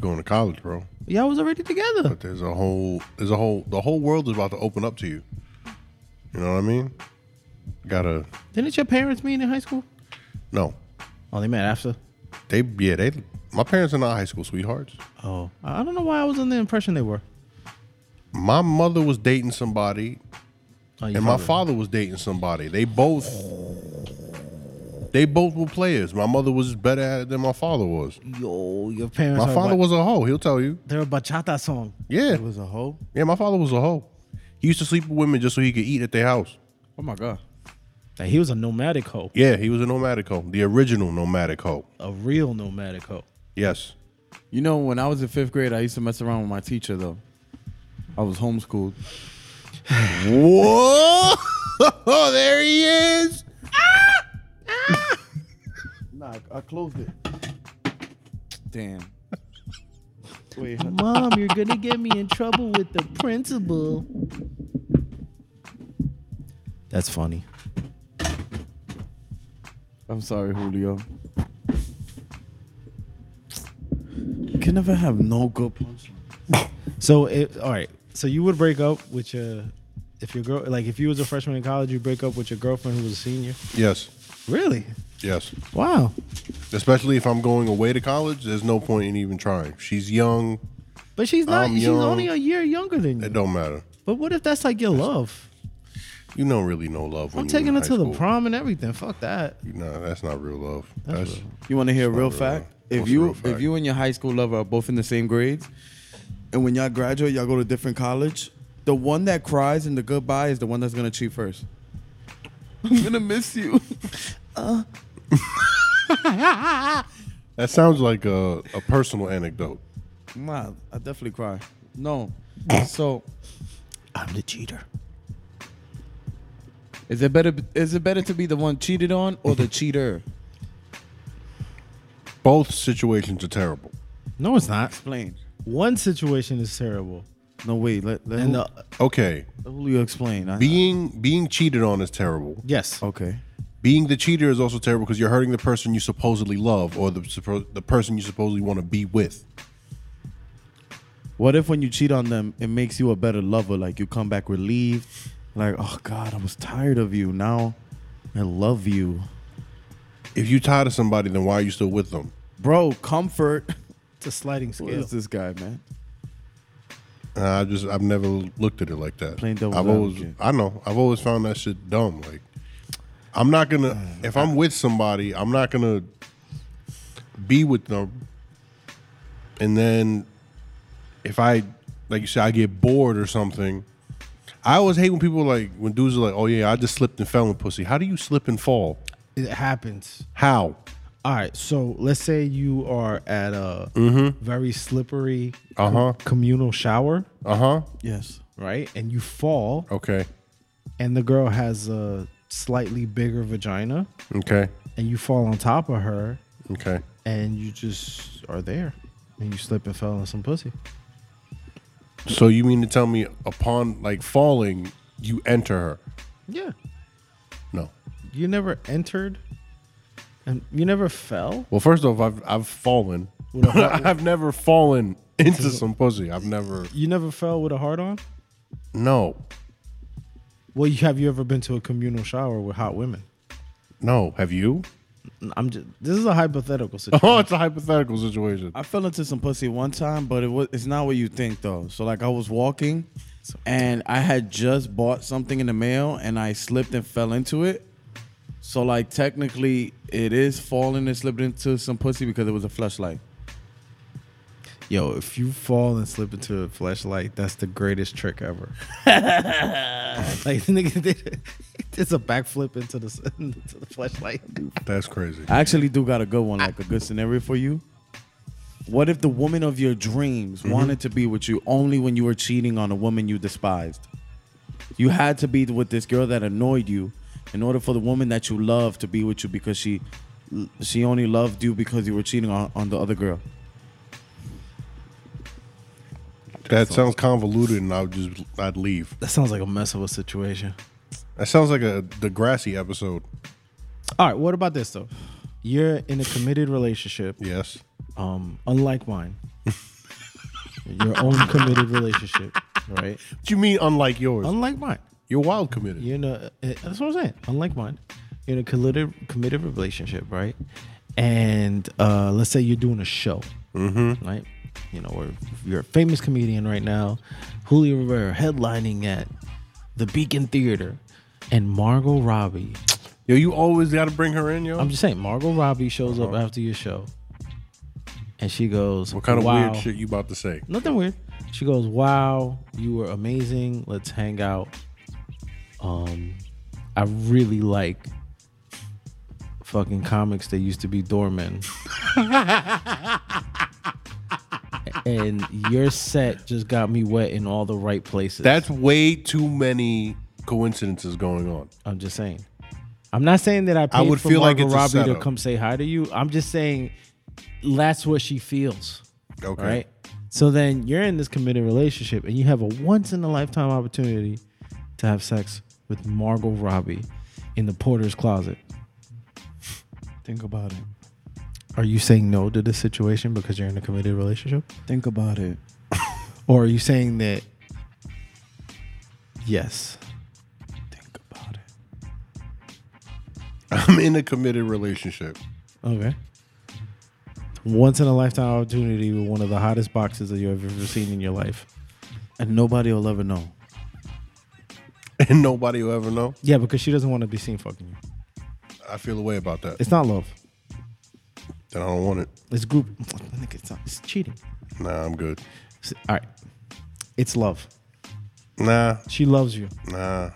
going to college, bro. Y'all was already together. But there's a whole, there's a whole, the whole world is about to open up to you. You know what I mean? Gotta Didn't your parents meet in high school? no, Oh, they met after. they yeah they. My parents are not high school sweethearts. Oh, I I don't know why I was under the impression they were. My mother was dating somebody Oh, your and my father was dating somebody. They both they both were players. My mother was better at it than my father was. Yo, your parents. My are father what- was a hoe. He'll tell you. They're a bachata song. Yeah, It was a hoe. yeah. My father was a hoe. He used to sleep with women just so he could eat at their house. Oh my god. Like, he was a nomadic hoe, Yeah, he was a nomadic hoe, the original nomadic hoe. a real nomadic hoe. Yes. You know, when I was in fifth grade, I used to mess around with my teacher though. I was homeschooled. Whoa! oh, there he is. Nah, I closed it. Damn. Wait, Mom, you're gonna get me in trouble with the principal. That's funny. I'm sorry, Julio. Can never have no good punch. So, it, all right. So you would break up with your if your girl like if you was a freshman in college, you break up with your girlfriend who was a senior. Yes. Really? Yes. Wow. Especially if I'm going away to college, there's no point in even trying. She's young. But she's not. I'm she's young. only a year younger than you. It don't matter. But what if that's like your love? You don't really know love. When I'm you taking in her high to the school. prom and everything. Fuck that. No, that's not real love. That's That's, real. You want to hear a real not fact? real. If What's a you real fact? if you and your high school lover are both in the same grades, and when y'all graduate, y'all go to different college. The one that cries in the goodbye is the one that's gonna cheat first. I'm gonna miss you. that sounds like a, a personal anecdote. nah, I definitely cry. No. So I'm the cheater. is it better? Is it better to be the one cheated on or the cheater? Both situations are terrible. No, it's not. Explain. One situation is terrible, No wait. Let let, and and the, Okay, Julio explain. I- being being cheated on is terrible. yes, okay. Being the cheater is also terrible because you're hurting the person you supposedly love or the suppo- the person you supposedly want to be with. What if when you cheat on them, it makes you a better lover? Like you come back relieved, like, oh God, I was tired of you. Now I love you. If you tired of somebody, then why are you still with them? Bro, comfort. it's a sliding What scale. is this guy, man? And I just I've never looked at it like that. Plain devil's I've always advocate. I know I've always found that shit dumb. Like I'm not gonna if I'm with somebody, I'm not gonna be with them. And then if I like you said, I get bored or something. I always hate when people like when dudes are like, "Oh yeah, I just slipped and fell in pussy." How do you slip and fall? It happens. How? All right, so let's say you are at a very slippery Uh huh. communal shower, Uh huh. Yes. right? And you fall, Okay. and the girl has a slightly bigger vagina, Okay. and you fall on top of her, Okay. and you just are there, and you slip and fell on some pussy. So you mean to tell me upon like falling, you enter her? Yeah, No. you never entered, and you never fell. Well, first off, I've I've fallen. I've never fallen into some pussy. I've never. You never fell with a hard on. No, Well, you, have you ever been to a communal shower with hot women? no. Have you? I'm just. This is a hypothetical situation. Oh, it's a hypothetical situation. I fell into some pussy one time, but it was it's not what you think though. So like I was walking and I had just bought something in the mail and I slipped and fell into it. So like technically it is falling and slipped into some pussy because it was a flashlight. Yo, if you fall and slip into a flashlight, that's the greatest trick ever. like the nigga did, it's a backflip into the s- into the flashlight. That's crazy. I actually do got a good one, like a good scenario for you. What if the woman of your dreams wanted to be with you only when you were cheating on a woman you despised? You had to be with this girl that annoyed you in order for the woman that you love to be with you because she she only loved you because you were cheating on, on the other girl. That sounds convoluted, and I would just I'd leave. That sounds like a mess of a situation. That sounds like a Degrassi episode. All right, what about this though? You're in a committed relationship, Yes. um, unlike mine. Your own committed relationship, right? What you mean unlike yours? Unlike mine. You're wild committed. You know, uh, that's what I'm saying. Unlike mine, you're in a committed, committed relationship, right? And uh, let's say you're doing a show, mm-hmm. right? You know, or you're a famous comedian right now, Julio Rivera headlining at the Beacon Theater, and Margot Robbie. Yo, you always got to bring her in, yo. I'm just saying, Margot Robbie shows up after your show, and she goes, Uh-huh. what kind of wow, weird shit you about to say? Nothing weird. She goes, "Wow, you were amazing. Let's hang out." Um, I really like fucking comics that used to be doormen. and your set just got me wet in all the right places. That's way too many coincidences going on. I'm just saying. I'm not saying that I paid would for feel like Margot it's a Robbie to setup. come say hi to you. I'm just saying that's what she feels. Okay. Right. So then you're in this committed relationship and you have a once in a lifetime opportunity to have sex with Margot Robbie in the porter's closet. Think about it. Are you saying no to this situation because you're in a committed relationship? Think about it. Or are you saying that yes? Think about it. I'm in a committed relationship. Okay. Once in a lifetime opportunity with one of the hottest boxes that you've ever seen in your life. And nobody will ever know. And nobody will ever know. Yeah, because she doesn't want to be seen fucking you. I feel a way about that. It's not love. Then I don't want it. It's group. Nigga, It's, not, it's cheating. Nah, I'm good. It's- all right. It's love. Nah, She loves you. nah.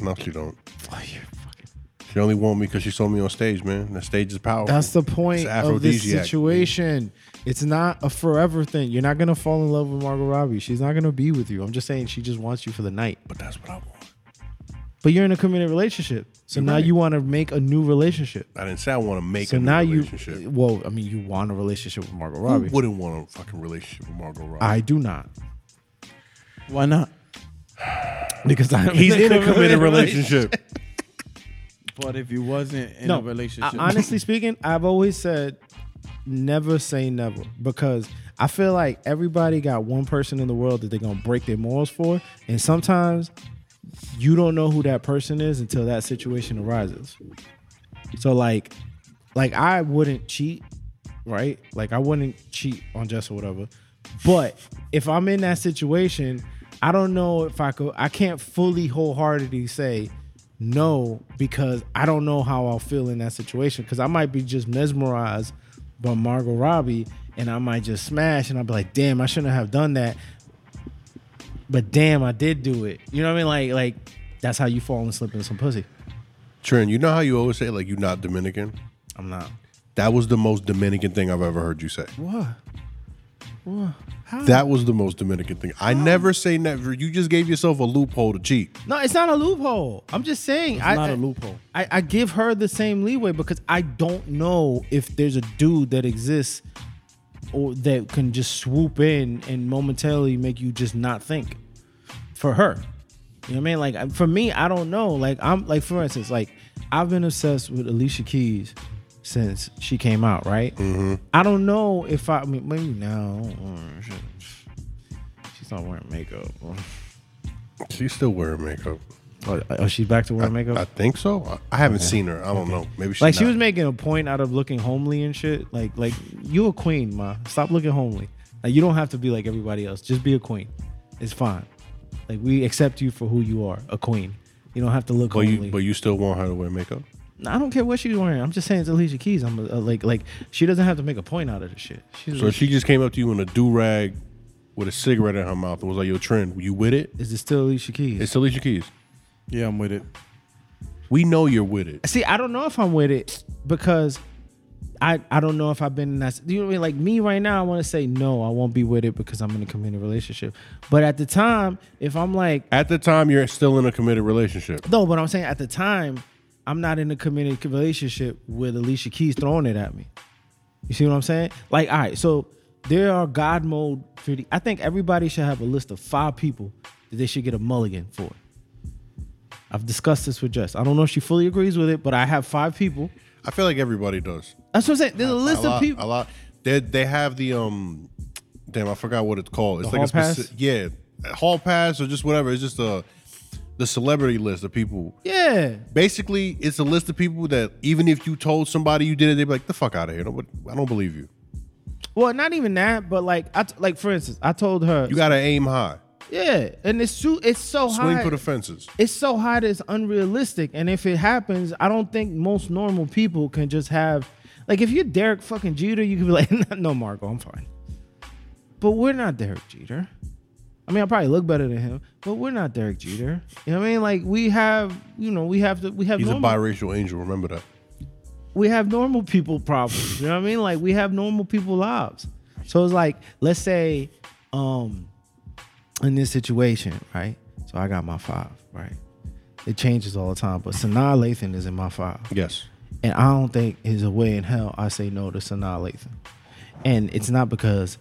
No, she don't. Oh, you're fucking- She only want me because she saw me on stage, man. The stage is powerful. That's the point It's of this aphrodisiac. situation. It's not a forever thing. You're not gonna fall in love with Margot Robbie. She's not gonna be with you. I'm just saying she just wants you for the night. But that's what I want. But you're in a committed relationship, so now right. you want to make a new relationship. I didn't say I want to make So a new now you, relationship. well, I mean, you want a relationship with Margot Who Robbie. wouldn't want a fucking relationship with Margot Robbie? I do not Why not? because I'm He's in a committed relationship. But if you wasn't in a relationship, I- honestly speaking, I've always said never say never because I feel like everybody got one person in the world that they're gonna break their morals for, and sometimes you don't know who that person is until that situation arises. So like, like I wouldn't cheat, right? Like I wouldn't cheat on Jess or whatever. But if I'm in that situation, I don't know if I could. I can't fully wholeheartedly say no because I don't know how I'll feel in that situation. Because I might be just mesmerized by Margot Robbie, and I might just smash, and I'll be like, "Damn, I shouldn't have done that." But damn, I did do it. You know what I mean? Like, like that's how you fall and slip into some pussy. Trent, you know how you always say like you're not Dominican? I'm not. That was the most Dominican thing I've ever heard you say. What? What? How? That was the most Dominican thing. I never say never. You just gave yourself a loophole to cheat. No, it's not a loophole. I'm just saying. It's not a loophole. I, I give her the same leeway because I don't know if there's a dude that exists or that can just swoop in and momentarily make you just not think for her. You know what I mean? Like I- for me, I don't know. Like I'm like for instance, like I've been obsessed with Alicia Keys since she came out, right? Mm-hmm. I don't know if I, I mean, maybe now mm, she- she's not wearing makeup. She's still wearing makeup. Oh, oh, she's back to wearing makeup. I think so. I- I haven't seen her. I don't know. Maybe she's Like she not. was making a point out of looking homely and shit. Like like you a queen, ma. Stop looking homely. Like you don't have to be like everybody else. Just be a queen. It's fine. Like we accept you for who you are, a queen. You don't have to look But homely. you, but you still want her to wear makeup? I don't care what she's wearing. I'm just saying it's Alicia Keys. I'm uh, like like she doesn't have to make a point out of this shit. She's So she just came up to you in a do rag with a cigarette in her mouth and was like, "Yo, Trent, you with it?" is it still Alicia Keys? It's Alicia Keys. yeah, I'm with it. We know you're with it. See, I don't know if I'm with it because I, I don't know if I've been in that. You know what I mean? Like me right now, I want to say no, I won't be with it because I'm in a committed relationship. But at the time, if I'm like At the time, you're still in a committed relationship. no, but I'm saying at the time, I'm not in a committed relationship with Alicia Keys throwing it at me. You see what I'm saying? Like, all right, so there are God mode. 50, I think everybody should have a list of five people that they should get a mulligan for. I've discussed this with Jess. I don't know if she fully agrees with it, but I have five people. I feel like everybody does. That's what I'm saying. There's a list a lot, of people. A lot. They they have the um, damn, I forgot what it's called. It's The like hall a specific, pass? yeah, hall pass or just whatever. It's just a the celebrity list of people. Yeah. Basically, it's a list of people that even if you told somebody you did it, they'd be like, "The fuck out of here! Don't, I don't believe you. Well, not even that, but like, I t- like for instance, I told her, You gotta aim high, yeah, and it's so it's so swing high. for the fences." it's so high that it's unrealistic. And if it happens, I don't think most normal people can just have like if you're Derek fucking Jeter, you could be like, no, Marco, I'm fine. But we're not Derek Jeter. I mean, I probably look better than him, but we're not Derek Jeter. You know what I mean? Like we have, you know, we have to we have He's normal, a biracial angel. Remember that. we have normal people problems. You know what I mean? Like we have normal people lives. So it's like, let's say, um, in this situation, right? So I got my five, right? It changes all the time, but Sanaa Lathan is in my five. Yes. And I don't think is a way in hell I say no to Sanaa Lathan. And it's not because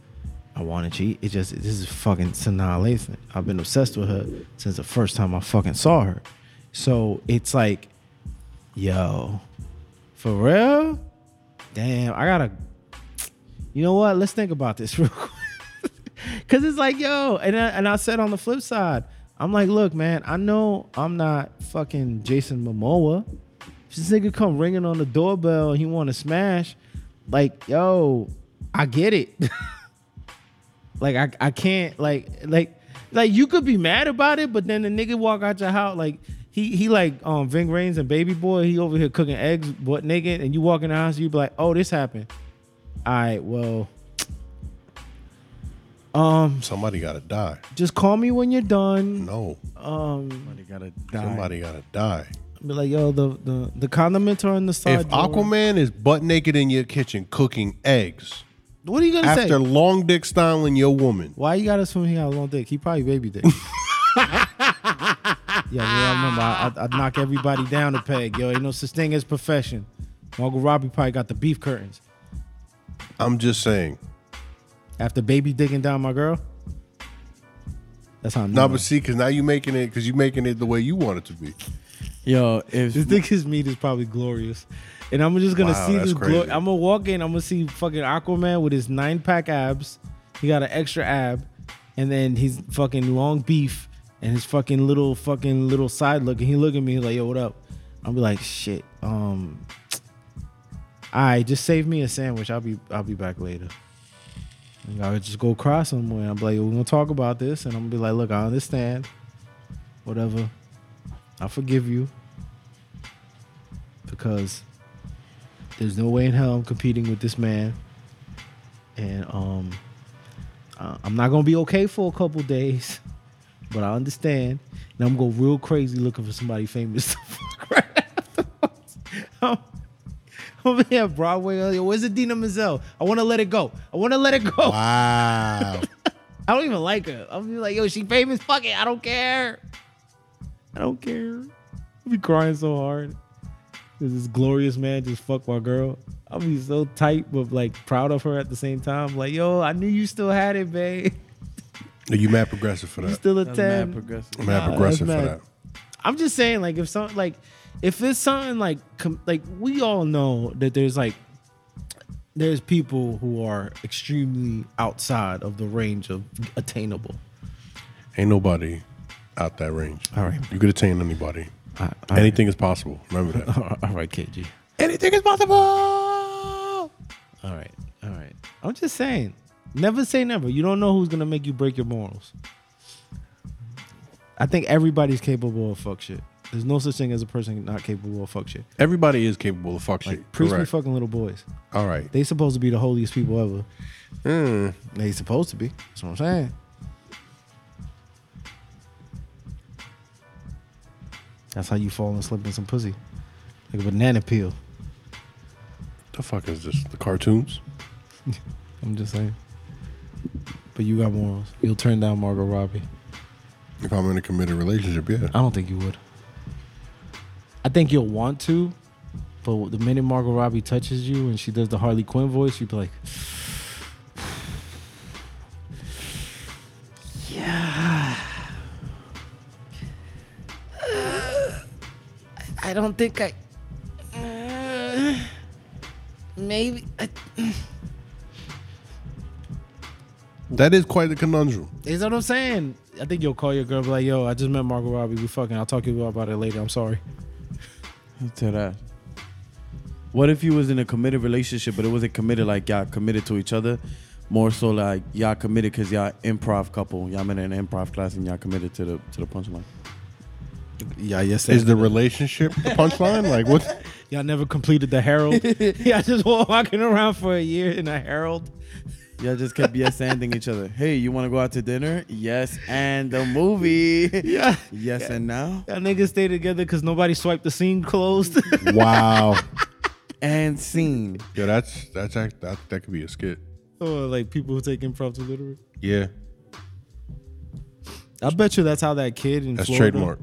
I want to cheat. It just this is fucking Sanaa Lathan. I've been obsessed with her since the first time I fucking saw her. So it's like, yo, for real? Damn, I gotta. You know what? Let's think about this real quick. Cause it's like, yo, and I, and I said on the flip side, I'm like, look, man, I know I'm not fucking Jason Momoa. If this nigga come ringing on the doorbell and he want to smash, like, yo, I get it. like, I I can't like like like you could be mad about it, but then the nigga walk out your house like. He, he like um Ving Rains and Baby Boy. He over here cooking eggs butt naked, and you walk in the house, you be like, "Oh, this happened." All right, well, um, Somebody gotta die. just call me when you're done. No. Um, Somebody gotta die. Somebody gotta die. be like, yo, the the the condiments are in the side. If drawer. Aquaman is butt naked in your kitchen cooking eggs what are you gonna after say? long dick styling your woman, Why you got us from here? Long dick. He probably baby dick. yeah, yeah, I remember. I, I, I knock everybody down a peg. Yo, ain't no such thing as profession. Margot Robbie probably got the beef curtains I'm just saying. after baby digging down my girl. That's how I know. No, but see, because now you making it because you making it the way you want it to be. Yo, if This nigga's meat is probably glorious. And I'm just gonna Wow, see that's this glory. crazy. I'm gonna walk in, I'm gonna see fucking Aquaman with his nine pack abs. He got an extra ab, and then his fucking long beef and his fucking little fucking little side look. And he look at me he's like, yo, what up? I'll be like, shit. Um I just save me a sandwich. I'll be I'll be back later. And I would just go cry somewhere. I'm like, yo, we're gonna talk about this, and I'm gonna be like, look, I understand. Whatever. I forgive you because there's no way in hell I'm competing with this man, and um, I- I'm not gonna be okay for a couple days, but I understand, and I'm gonna go real crazy looking for somebody famous to fuck right afterwards. I'm, I'm here at Broadway. Yo, Where's Adina Menzel? I want to let it go. I want to let it go. Wow. I don't even like her. I'm just like, yo, she famous. Fuck it. I don't care. I don't care. I'll be crying so hard. Cause this glorious man just fucked my girl. I'll be so tight, but like proud of her at the same time. Like, yo, I knew you still had it, babe. Are you mad progressive for You that? still a that's mad 10. I'm progressive. mad Nah, that's progressive for mad. that. I'm just saying, like, if something like, if there's something like, com- like we all know that there's like, there's people who are extremely outside of the range of attainable. Ain't nobody out that range. All right. You could attain anybody. I- I- Anything is possible. Remember that. all right, KG. Anything is possible. All right, all right. I'm just saying, never say never. You don't know who's gonna make you break your morals. I think everybody's capable of fuck shit. There's no such thing as a person not capable of fuck shit. Everybody is capable of fuck shit. Like priests be Correct. fucking little boys. All right. They supposed to be the holiest people ever. They supposed to be. That's what I'm saying. That's how you fall and slip in some pussy, like a banana peel. The the fuck is this? The cartoons? I'm just saying. But you got morals. You'll turn down Margot Robbie. If I'm in a committed relationship, yeah. I don't think you would. I think you'll want to, but the minute Margot Robbie touches you and she does the Harley Quinn voice, you'd be like, "Yeah, I don't think I. maybe I, That is quite a conundrum. Is that what I'm saying? I think you'll call your girl, be like, "Yo, I just met Margot Robbie. We fucking. I'll talk to you about it later. I'm sorry." To that. What if you was in a committed relationship, but it wasn't committed like y'all committed to each other? More so like y'all committed because y'all improv couple. Y'all been in an improv class and y'all committed to the to the punchline. Yeah, yes. Is the relationship the punchline? like what? Y'all never completed the Herald. Y'all just wa- walking around for a year in a Herald. Y'all just kept yes anding each other. Hey, you want to go out to dinner? Yes, and the movie. Yeah. Yes, and now Y'all niggas stay together because nobody swiped the scene closed. Wow. and scene. Yo, that's that's act, that that could be a skit. or Oh, like people who take improv too literally. Yeah, I bet you that's how that kid in that's Florida, trademark.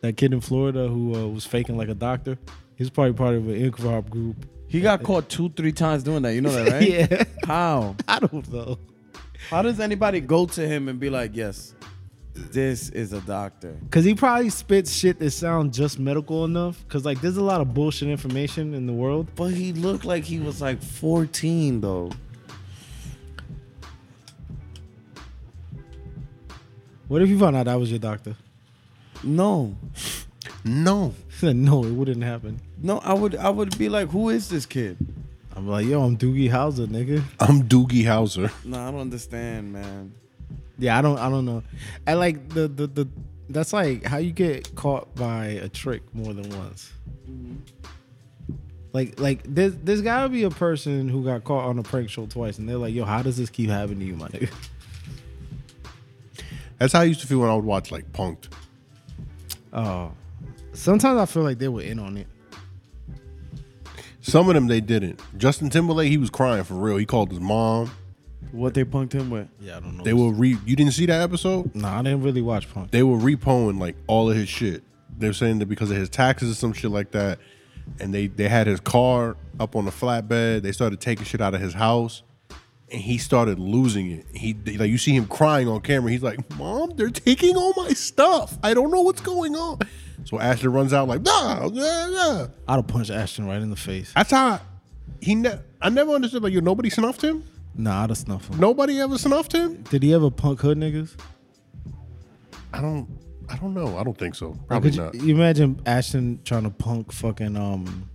that kid in Florida who uh, was faking like a doctor, he's probably part of an improv group. He got caught two, three times doing that. You know that, right? Yeah. How? I don't know. How does anybody go to him and be like, yes, this is a doctor? Cause he probably spits shit that sounds just medical enough. Cause like there's a lot of bullshit information in the world. But he looked like he was like 14, though. What if you found out I was your doctor? No, No, no, it wouldn't happen. no, I would, I would be like, who is this kid? I'm like, yo, I'm Doogie Howser, nigga. I'm Doogie Howser. No, I don't understand, man. Yeah, I don't I don't know. I like the the, the that's like how you get caught by a trick more than once. Mm-hmm. Like like there's there's gotta be a person who got caught on a prank show twice and they're like, yo, how does this keep happening to you, my nigga? That's how I used to feel when I would watch like Punked. Oh. Sometimes I feel like they were in on it. Some of them they didn't. Justin Timberlake, he was crying for real. He called his mom. What they punked him with? Yeah, I don't know. They were re. You didn't see that episode? Nah, I didn't really watch punk. They were repoing like all of his shit. They're saying that because of his taxes or some shit like that, and they they had his car up on the flatbed. They started taking shit out of his house, and he started losing it. He like you see him crying on camera. He's like, "Mom, they're taking all my stuff. I don't know what's going on." So Ashley runs out like, "Nah, nah, nah." I'd have punched Ashton right in the face. That's how he. Ne- I never understood. Like, yo, nobody snuffed him. Nah, I'd have snuffed him. Nobody ever snuffed him. Did he ever punk hood niggas? I don't. I don't know. I don't think so. Like, Probably could you- not. You, imagine Ashton trying to punk fucking um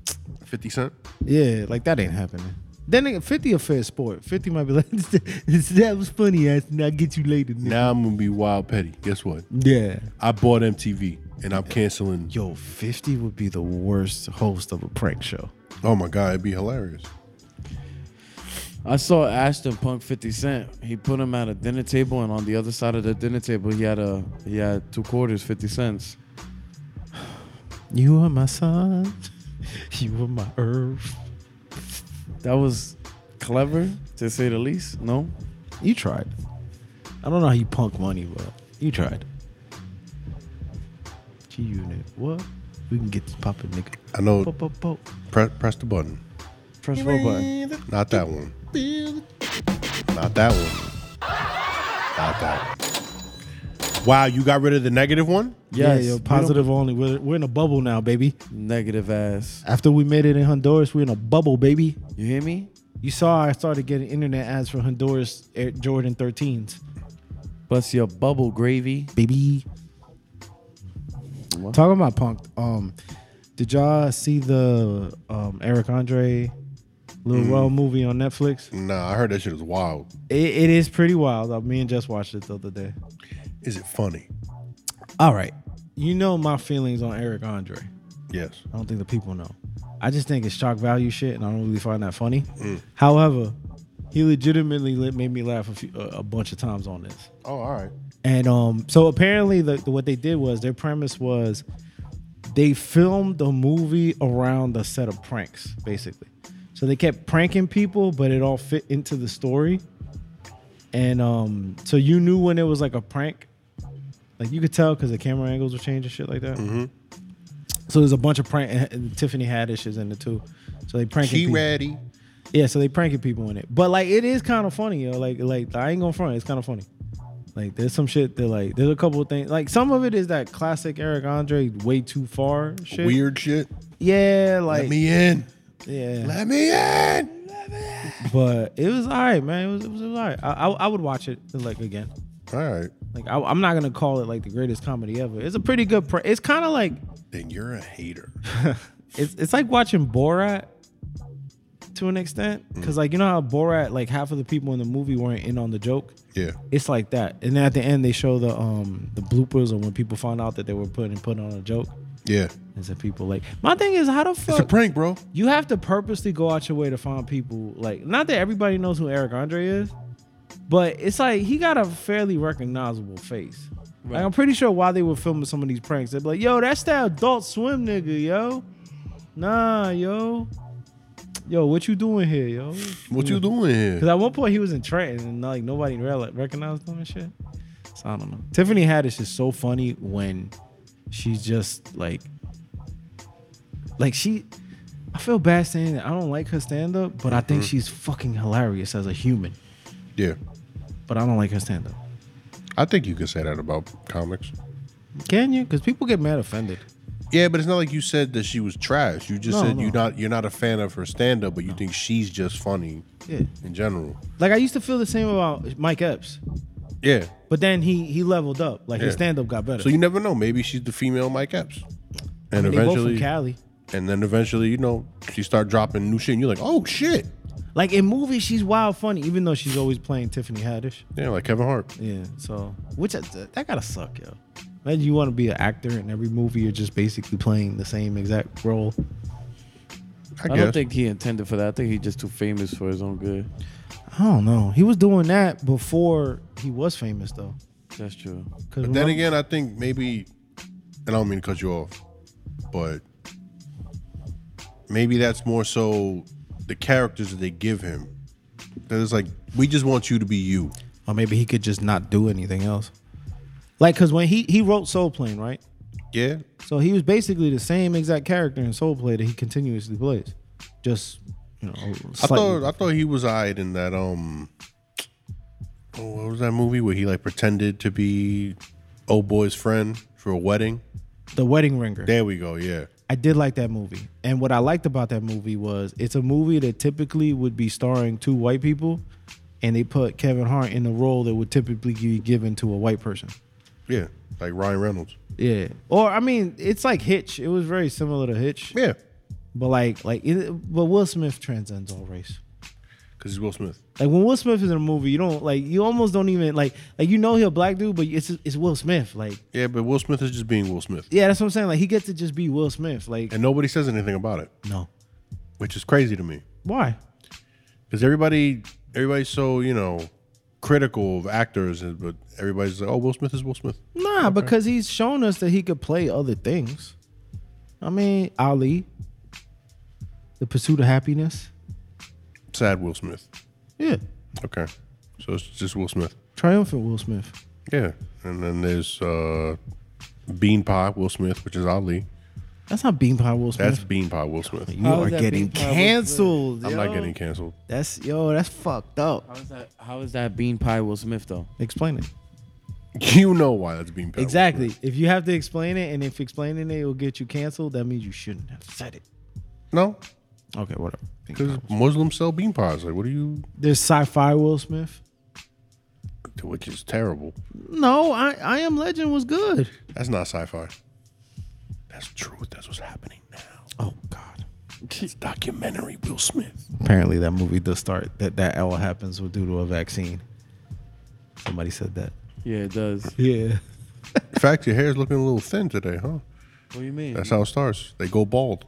Fifty Cent. yeah, like that ain't happening. Then nigga, 50 a fair sport. 50 might be like, that was funny, Ashton. I'll get you later. nigga." Now I'm gonna be wild petty. Guess what? Yeah. I bought MTV and I'm canceling. Yo, 50 would be the worst host of a prank show. Oh my god, it'd be hilarious. I saw Ashton punk 50 Cent. He put him at a dinner table, and on the other side of the dinner table, he had a he had two quarters, 50 cents. You are my sun. You are my earth. That was clever, to say the least. No, You tried. I don't know how you punk money, but you tried. G unit. What? We can get this poppin', nigga. I know. Po, po, po. Pre- press the button. press what button? Not that one. Not that one. Not that. One. Wow, you got rid of the negative one. Yeah, Yes, yo, we don't- positive only. We're, we're in a bubble now, baby. Negative ass. After we made it in Honduras, we're in a bubble, baby. You hear me? You saw I started getting internet ads for Honduras Air Jordan 13s, Bust your bubble gravy. baby. What? Talking about punk. Um, did y'all see the um, Eric Andre Mm. Lil Rel movie on Netflix? Nah, I heard that shit was wild. It, it is pretty wild. Uh, Me and Jess watched it the other day. Is it funny? All right, you know my feelings on Eric Andre. Yes. I don't think the people know. I just think it's shock value shit, and I don't really find that funny. However, he legitimately lit- made me laugh a, few, a, a bunch of times on this. Oh, all right. And um, so apparently, the, the- what they did was their premise was they filmed the movie around the set of pranks, basically. So they kept pranking people, but it all fit into the story. And um, so you knew when it was like a prank. Like you could tell because the camera angles were changing, shit like that. So there's a bunch of prank. And, and Tiffany Haddish is in it too. So they pranking. She people. ready. Yeah, so they pranking people in it. But like it is kind of funny, yo. Like like I ain't gonna front, it's kind of funny. Like there's some shit that like there's a couple of things. Like some of it is that classic Eric Andre way too far shit. Weird shit. Yeah, Let like me in. yeah. Let me in. But it was all right, man. It was it was, it was all right. I, I I would watch it like again. All right. Like I, I'm not gonna call it like the greatest comedy ever. It's a pretty good. Pr- it's kind of like Then you're a hater. it's it's like watching Borat to an extent because like you know how Borat like half of the people in the movie weren't in on the joke. Yeah. it's like that. And then at the end, they show the um the bloopers or when people found out that they were putting putting on a joke. Yeah. And so people like my thing is how the It's a fuck prank, bro. you have to purposely go out your way to find people like not that everybody knows who Eric Andre is, but it's like he got a fairly recognizable face. Like I'm pretty sure while they were filming some of these pranks, they'd be like, "Yo, that's that Adult Swim nigga, yo, nah, yo, yo, what you doing here, yo?" What you doing Because here? at one point he was in Trenton and like nobody re- recognized him and shit. So I don't know. Tiffany Haddish is so funny when she's just like, like she. I feel bad saying that I don't like her stand up, but I Mm-hmm. think she's fucking hilarious as a human. Yeah. But I don't like her stand up. I think you could say that about comics. Can you? Because people get mad offended. Yeah, but it's not like you said that she was trash. You just No, said no. you're not you're not a fan of her stand up, but you think she's just funny Yeah. in general. Like I used to feel the same about Mike Epps, Yeah. but then he he leveled up. Like his Yeah. stand up got better. So you never know. Maybe she's the female Mike Epps. And they both from eventually Cali. and then eventually, you know, she start dropping new shit and you're like, oh shit. Like in movies, she's wild funny, even though she's always playing Tiffany Haddish. Yeah, like Kevin Hart. Yeah. So, which that, that gotta suck, yo. Imagine you want to be an actor in every movie, you're just basically playing the same exact role. I, I guess. don't think he intended for that. I think he just too famous for his own good. I don't know. He was doing that before he was famous, though. That's true. Cause Then remember- again, I think maybe, and I don't mean to cut you off, but maybe that's more so the characters that they give him. That it's like we just want you to be you. or maybe he could just not do anything else. Like, cause when he he wrote Soul Plane, right? Yeah, So he was basically the same exact character in Soul Plane that he continuously plays, just you know. I Slightly. thought I thought he was eyed in that um. Oh, what was that movie where he like pretended to be old boy's friend for a wedding? the Wedding Ringer. There we go. Yeah, I did like that movie. And what I liked about that movie was it's a movie that typically would be starring two white people and they put Kevin Hart in a role that would typically be given to a white person. yeah, like Ryan Reynolds. Yeah. Or I mean, it's like Hitch. It was very similar to Hitch. Yeah, But like like it, but Will Smith transcends all race. because he's Will Smith. Like when Will Smith is in a movie, you don't like you almost don't even like like you know he a black dude, but it's it's Will Smith. Like Yeah, but Will Smith is just being Will Smith, yeah, that's what I'm saying. Like he gets to just be Will Smith. Like and nobody says anything about it, no. which is crazy to me. Why? because everybody everybody's so you know critical of actors and- but everybody's like oh will smith is will smith Nah, because he's shown us that he could play other things. I mean, Ali, The Pursuit of Happiness. sad will smith Yeah. okay so it's just will smith Triumphant Will Smith. yeah and then there's uh bean pie will smith which is ali That's not Bean Pie Will Smith. that's bean pie will smith you How are is that getting Bean Pie Will Smith? canceled. i'm yo. not getting canceled That's yo, that's fucked up. How is that? How is that bean pie Will Smith though? Explain it. you know why that's bean pie Will Exactly. If you have to explain it, and if explaining it will get you canceled, that means you shouldn't have said it. Smith. no Okay, whatever. Bean Pie because Will- muslims sell bean pies like what are you There's sci-fi Will Smith. which is terrible No, I, I Am Legend was good. that's not sci-fi that's truth that's what's happening now Oh God. it's documentary will smith Apparently, that movie does start that that all happens with due to a vaccine. Somebody said that. Yeah, it does. Yeah. In fact, your hair's looking a little thin today, huh? What do you mean? That's how it starts. They go bald.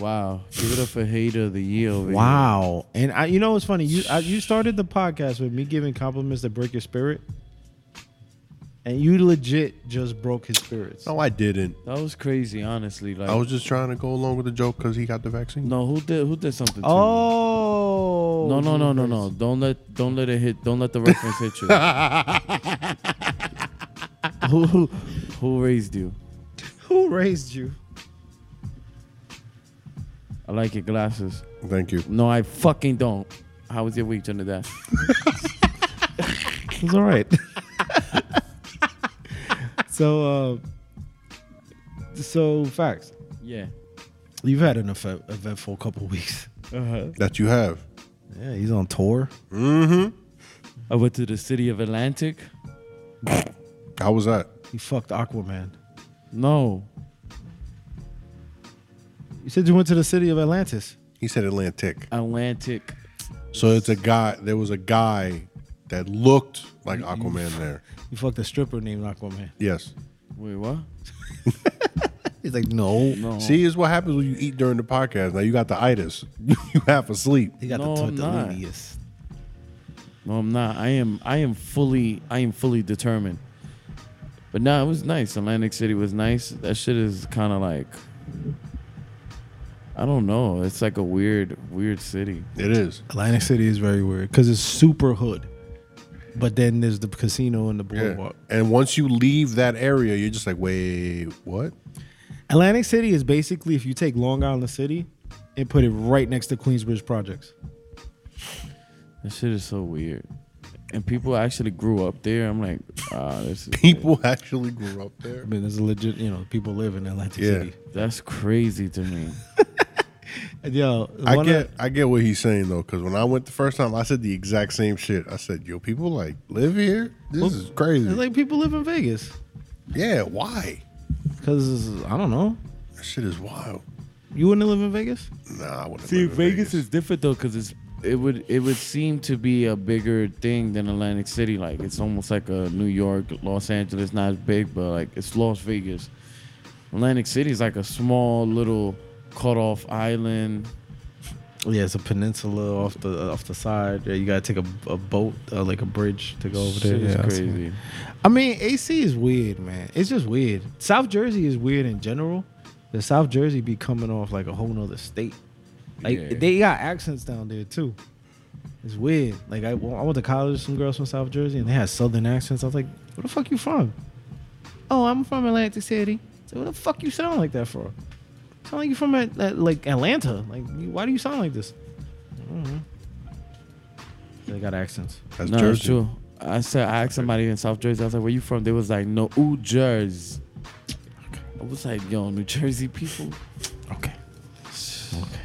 wow. Give it up for hater of the year. Over Wow. And I, you know what's funny? You I, you started the podcast with me giving compliments that break your spirit, and you legit just broke his spirits. No, I didn't. That was crazy, honestly. Like, I was just trying to go along with the joke because he got the vaccine. no, who did who did something? To you? Oh no, no, no, no, no! Don't let don't let it hit. Don't let the reference hit you. who, who who raised you? Who raised you? I like your glasses. Thank you. No, I fucking don't. How was your week, Trinidad? It was all right. so, uh, so facts. yeah. You've had an event- eventful couple weeks. Uh-huh. That you have. Yeah, he's on tour. I went to the city of Atlantic. How was that? He fucked Aquaman. No, You said you went to the city of Atlantis. He said Atlantic. Atlantic. So it's a guy. There was a guy that looked like Aquaman there. You fucked a stripper named Aquaman. Yes. Wait, what? He's like, no. No. See, is what happens when you eat during the podcast. Now you got the itis. you half asleep. He got No, the I'm not. tortellinius. No, I'm not. I am. I am fully. I am fully determined. But nah, it was nice. Atlantic City was nice. That shit is kind of like. I don't know. It's like a weird, weird city. It is. Atlantic City is very weird because it's super hood. But then there's the casino and the Yeah. boardwalk. And once you leave that area, you're just like, wait, what? Atlantic City is basically if you take Long Island City and put it right next to Queensbridge Projects. That shit is so weird. And people actually grew up there. I'm like, ah, this is People actually grew up there. I mean, there's a legit, you know, people live in Atlantic Yeah. City. that's crazy to me. And, Yo, I one get, of- I get what he's saying though, because when I went the first time, I said the exact same shit. I said, "Yo, people like live here. This Well, is crazy. it's like people live in Vegas yeah, why? because I don't know. That shit is wild. You wouldn't live in Vegas? Nah, I wouldn't See, live in Vegas is different though, cause it's it would it would seem to be a bigger thing than Atlantic City. Like it's almost like a New York, Los Angeles, not as big, but like it's Las Vegas. Atlantic City is like a small little cut off island. Yeah, it's a peninsula off the off the side. Yeah, you gotta take a, a boat, uh, like a bridge, to go over there. Shit is Yeah, I see. crazy. I mean, AC is weird, man. It's just weird. South Jersey is weird in general. The South Jersey be coming off like a whole nother state. Like Yeah. they got accents down there too. It's weird. Like I, well, I went to college with some girls from South Jersey and they had Southern accents. I was like, "Where the fuck you from?" Oh, I'm from Atlantic City. So where the fuck you sound like that for? Sound like you from at, at- like Atlanta. Like you- why do you sound like this? I don't know. They got accents. Vegas. That's no, it's Jersey. true. I said I asked somebody in South Jersey. I was like, "Where you from?" They was like, "No, New Jersey." I was like, "Yo, New Jersey people." Okay. Okay.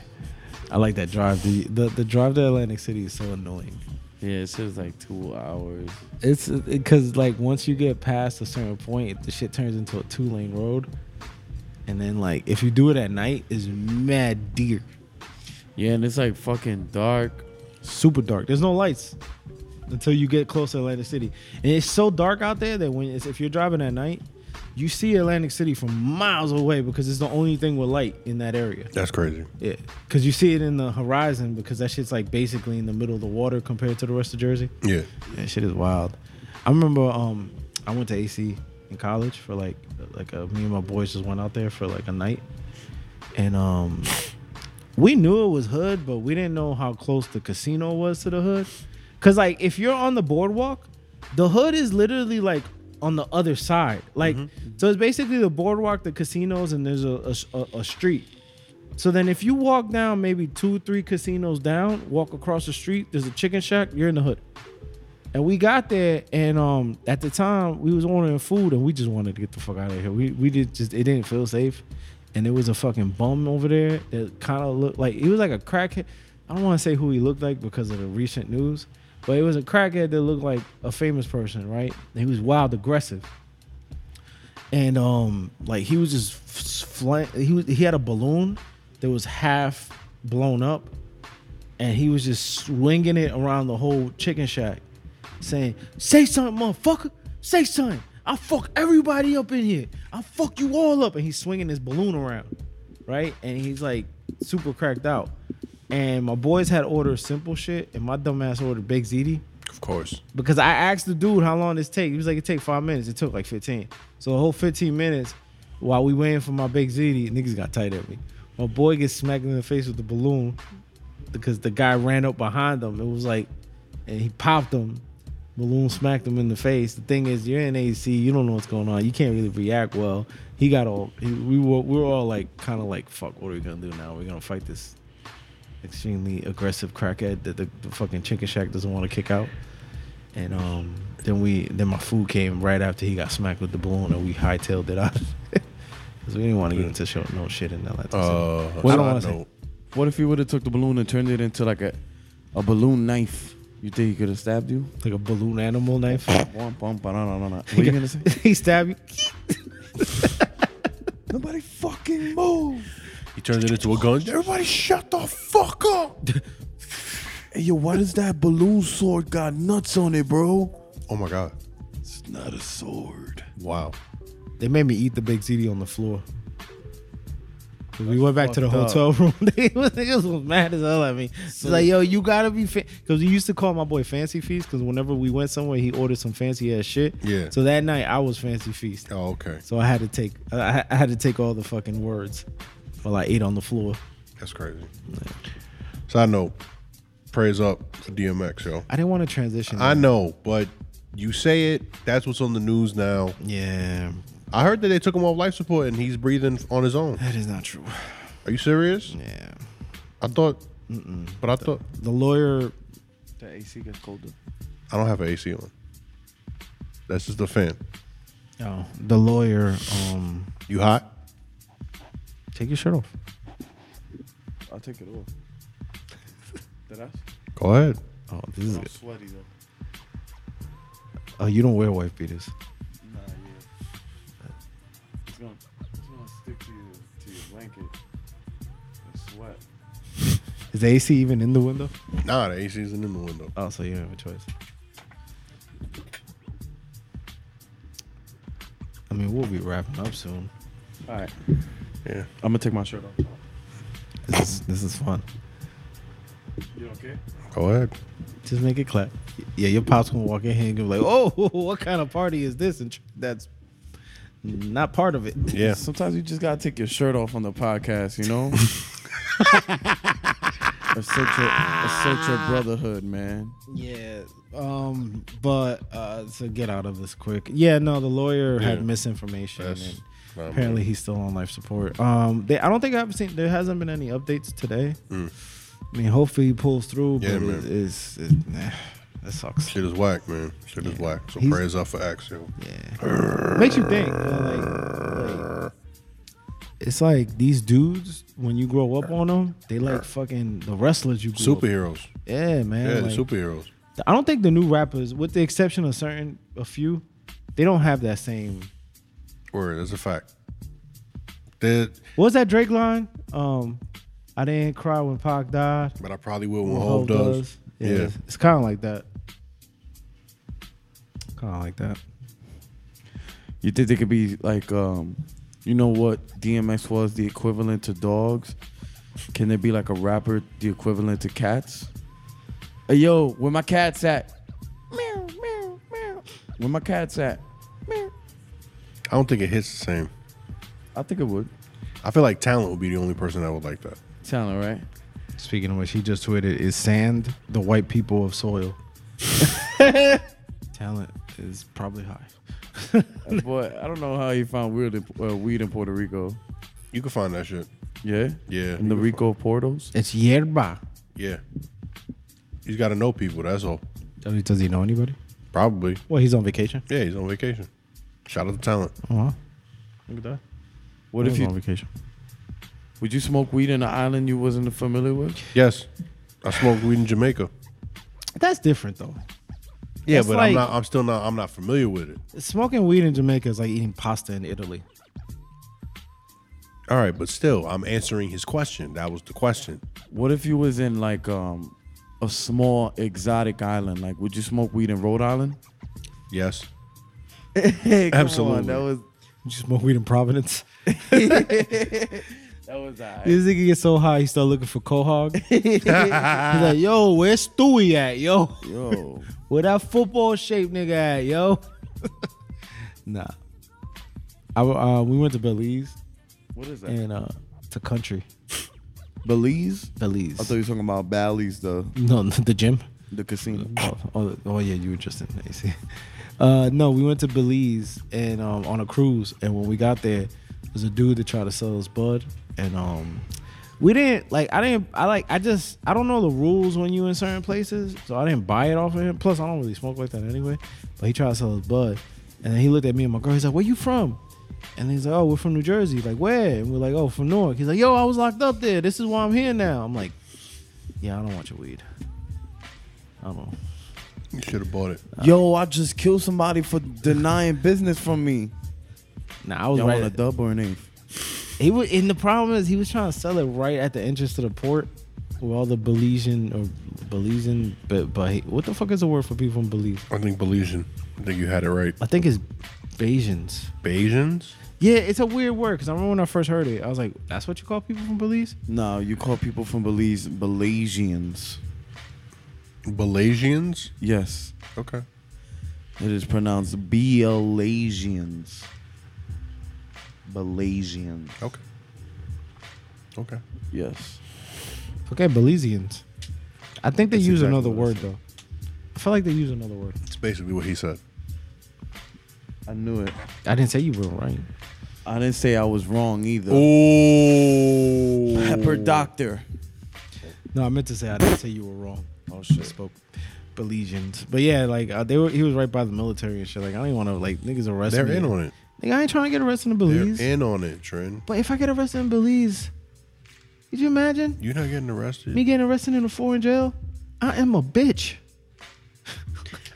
I like that drive. The, the the drive to Atlantic City is so annoying. Yeah, it's just like two hours. It's because like once you get past a certain point, the shit turns into a two lane road, and then like if you do it at night, it's mad deer, Yeah, and it's like fucking dark. super dark. There's no lights until you get close to Atlantic City, and it's so dark out there that when it's, if you're driving at night, you see Atlantic City from miles away because it's the only thing with light in that area. That's crazy. Yeah, because you see it in the horizon because that shit's like basically in the middle of the water compared to the rest of Jersey. Yeah. Yeah, shit is wild. I remember um I went to AC in college for like like uh me and my boys just went out there for like a night, and um we knew it was hood, but we didn't know how close the casino was to the hood, cause like if you're on the boardwalk, the hood is literally like on the other side. Like so, it's basically the boardwalk, the casinos, and there's a a, a- a street. So then, if you walk down maybe two, three casinos down, walk across the street, there's a chicken shack. You're in the hood. And we got there, and um, at the time we was ordering food, and we just wanted to get the fuck out of here. We we did just it didn't feel safe, and there was a fucking bum over there that kind of looked like he was like a crackhead. I don't want to say who he looked like because of the recent news, but it was a crackhead that looked like a famous person, right? And he was wild aggressive, and um, like he was just f- flying. He was he had a balloon that was half blown up, and he was just swinging it around the whole chicken shack, saying, "Say something, motherfucker! Say something! I'll fuck everybody up in here! I'll fuck you all up!" And he's swinging his balloon around, right? And he's like super cracked out. And my boys had ordered simple shit, and my dumbass ordered baked ziti. Of course. because I asked the dude how long this take. He was like, it take five minutes. It took like 15. So the whole 15 minutes while we waiting for my big ziti, niggas got tight at me. My boy gets smacked in the face with the balloon because the guy ran up behind him. It was like, and he popped him. Balloon smacked him in the face. The thing is, you're in AC. You don't know what's going on. You can't really react well. He got all. He, we were we were all like, kind of like, fuck. What are we gonna do now? We're gonna fight this extremely aggressive crackhead that the, the fucking chicken shack doesn't want to kick out. And um, then we then my food came right after he got smacked with the balloon, and we hightailed it out because we didn't want to get into show, no shit in that. Uh, What I side wanna say. note, What if you would have took the balloon and turned it into like a, a balloon knife? You think he could have stabbed you? like a balloon animal knife. Bum, bum, ba-da-da-da-da. What are you gonna say? he stabbed you. Nobody fucking move. he turned it into a gun. Everybody, shut the fuck up! Hey, yo, why does that balloon sword got nuts on it, bro? Oh my god! It's not a sword. Wow. They made me eat the big ziti on the floor. 'Cause We went back to the fucked hotel room. they was, niggas was mad as hell at me. It's like, yo, you gotta be because we used to call my boy Fancy Feast because whenever we went somewhere, he ordered some fancy ass shit. Yeah. So that night, I was Fancy Feast. Oh, okay. So I had to take I, I had to take all the fucking words while I ate on the floor. That's crazy. Side note, praise up for DMX, yo. I didn't want to transition. I know, but you say it. That's what's on the news now. yeah, I heard that they took him off life support and he's breathing on his own. that is not true. Are you serious? Yeah, I thought, but I thought the lawyer. The AC gets colder. I don't have an AC on. That's just the fan. Oh, the lawyer. Um, You hot? take your shirt off. I'll take it off. Did I? Go ahead. Oh, this is. sweaty though. Oh, you don't wear wife beaters. Nah, yeah. It's gonna, it's gonna stick to your, to your blanket. sweat. Is the AC even in the window? Nah, the AC's in the window. Oh, so you don't have a choice. I mean, we'll be wrapping up soon. All right. Yeah. I'm gonna take my shirt off. This is, this is fun. You okay? Go ahead. Just make it clap. Yeah, your pops gonna walk in here and go like, "Oh, what kind of party is this?" And tr- that's not part of it. Yeah. Sometimes you just gotta take your shirt off on the podcast, you know. Essential, essential brotherhood, man. Yeah. Um. But uh, to get out of this quick. Yeah. No, the lawyer Yeah. had misinformation. That's and not apparently, he's still on life support. Um. They. I don't think I've seen. There hasn't been any updates today. I mean, hopefully he pulls through. Mm. Yeah, but man. it, it's it, nah, that sucks. Shit is whack, man. Shit is whack. So He's- praise up for X, yo. Yeah. Makes you think. you know, like, like, it's like these dudes, when you grow up on them, they like fucking the wrestlers you grew up- Superheroes. Yeah, man. Yeah, the like, superheroes. I don't think the new rappers, with the exception of certain a few, they don't have that same. Word, that's a fact. That, What was that Drake line? Um, I didn't cry when Pac died. but I probably will when when Hov Hov does. Yeah, Yeah. it's, kind of like that. Kind of like that. You think they could be like, um, you know what DMX was the equivalent to dogs? Can they be like a rapper the equivalent to cats? Hey, yo, where my cats at? Meow, meow, meow. Where my cats at? Meow. I don't think it hits the same. I think it would. I feel like talent would be the only person that would like that. Talent, right? Speaking of which, he just tweeted: "Is sand the white people of soil?" Talent is probably high. Uh, Boy, I don't know how you found weird in, uh, weed in Puerto Rico. You can find that shit. Yeah? Yeah. In the Rico portals? It's yerba. Yeah. He's got to know people, that's all. Does he know anybody? Probably. Well, he's on vacation. Yeah, he's on vacation. Shout out to talent. Oh, wow. Look at that. What if He's on you vacation? would you smoke weed in an island you wasn't familiar with? Yes. I smoked weed in Jamaica. That's different though. Yeah, That's but like- I'm not I'm still not I'm not familiar with it. Smoking weed in Jamaica is like eating pasta in Italy. All right, but still I'm answering his question. That was the question. What if you was in like um a small exotic island? Like, would you smoke weed in Rhode Island? Yes. Hey, come on, Absolutely. that was You smoke weed in Providence? That was that. This nigga gets so high, he start looking for Quahog. He's like, yo, where's Stewie at, yo? Yo, Where that football shaped nigga at, yo? nah. I, uh, we went to Belize what is that? and uh, to country. Belize? Belize. I thought you were talking about Bally's, the no, the gym. the casino. Oh, oh, oh, yeah, you were just in AC. Uh, no, we went to Belize and um, on a cruise, and when we got there, there's a dude that tried to sell us bud, and um, we didn't like. I didn't. I like. I just. I don't know the rules when you in certain places, so I didn't buy it off of him. Plus, I don't really smoke like that anyway. But he tried to sell us bud, and then he looked at me and my girl. He's like, "Where you from?" And he's like, "Oh, we're from New Jersey." Like, where? And we're like, "Oh, from Newark." He's like, "Yo, I was locked up there. This is why I'm here now." I'm like, "Yeah, I don't want your weed. I don't know." You should have bought it. Yo, I just killed somebody for denying business from me. Nah, I was Y'all right. want a dub or an eighth? He was, and the problem is he was trying to sell it right at the entrance to the port, where all the Belizean or Belizean, but but what the fuck is the word for people from Belize? I think Belizean. I think you had it right. I think it's Bayesians. Bayesians? Yeah, it's a weird word because I remember when I first heard it, I was like, "That's what you call people from Belize?" No, you call people from Belize Belizeans. Belizeans? Yes, Okay. it is pronounced Belizeans. Belizeans. Okay. Okay. Yes. Okay, Belizeans. I think they That's use exactly another what I word said. though. I feel like they use another word. It's basically what he said. I knew it. I didn't say you were right. I didn't say I was wrong either. Oh. Pepper doctor. No, I meant to say I didn't say you were wrong. Oh I spoke Belizeans, but yeah, like uh, they were. He was right by the military and shit. Like I didn't want to like niggas arrest They're me. in on it. Nigga, I ain't trying to get arrested in Belize. They're in on it, Trent. but if I get arrested in Belize, could you imagine You're not getting arrested. me getting arrested in a foreign jail? I am a bitch.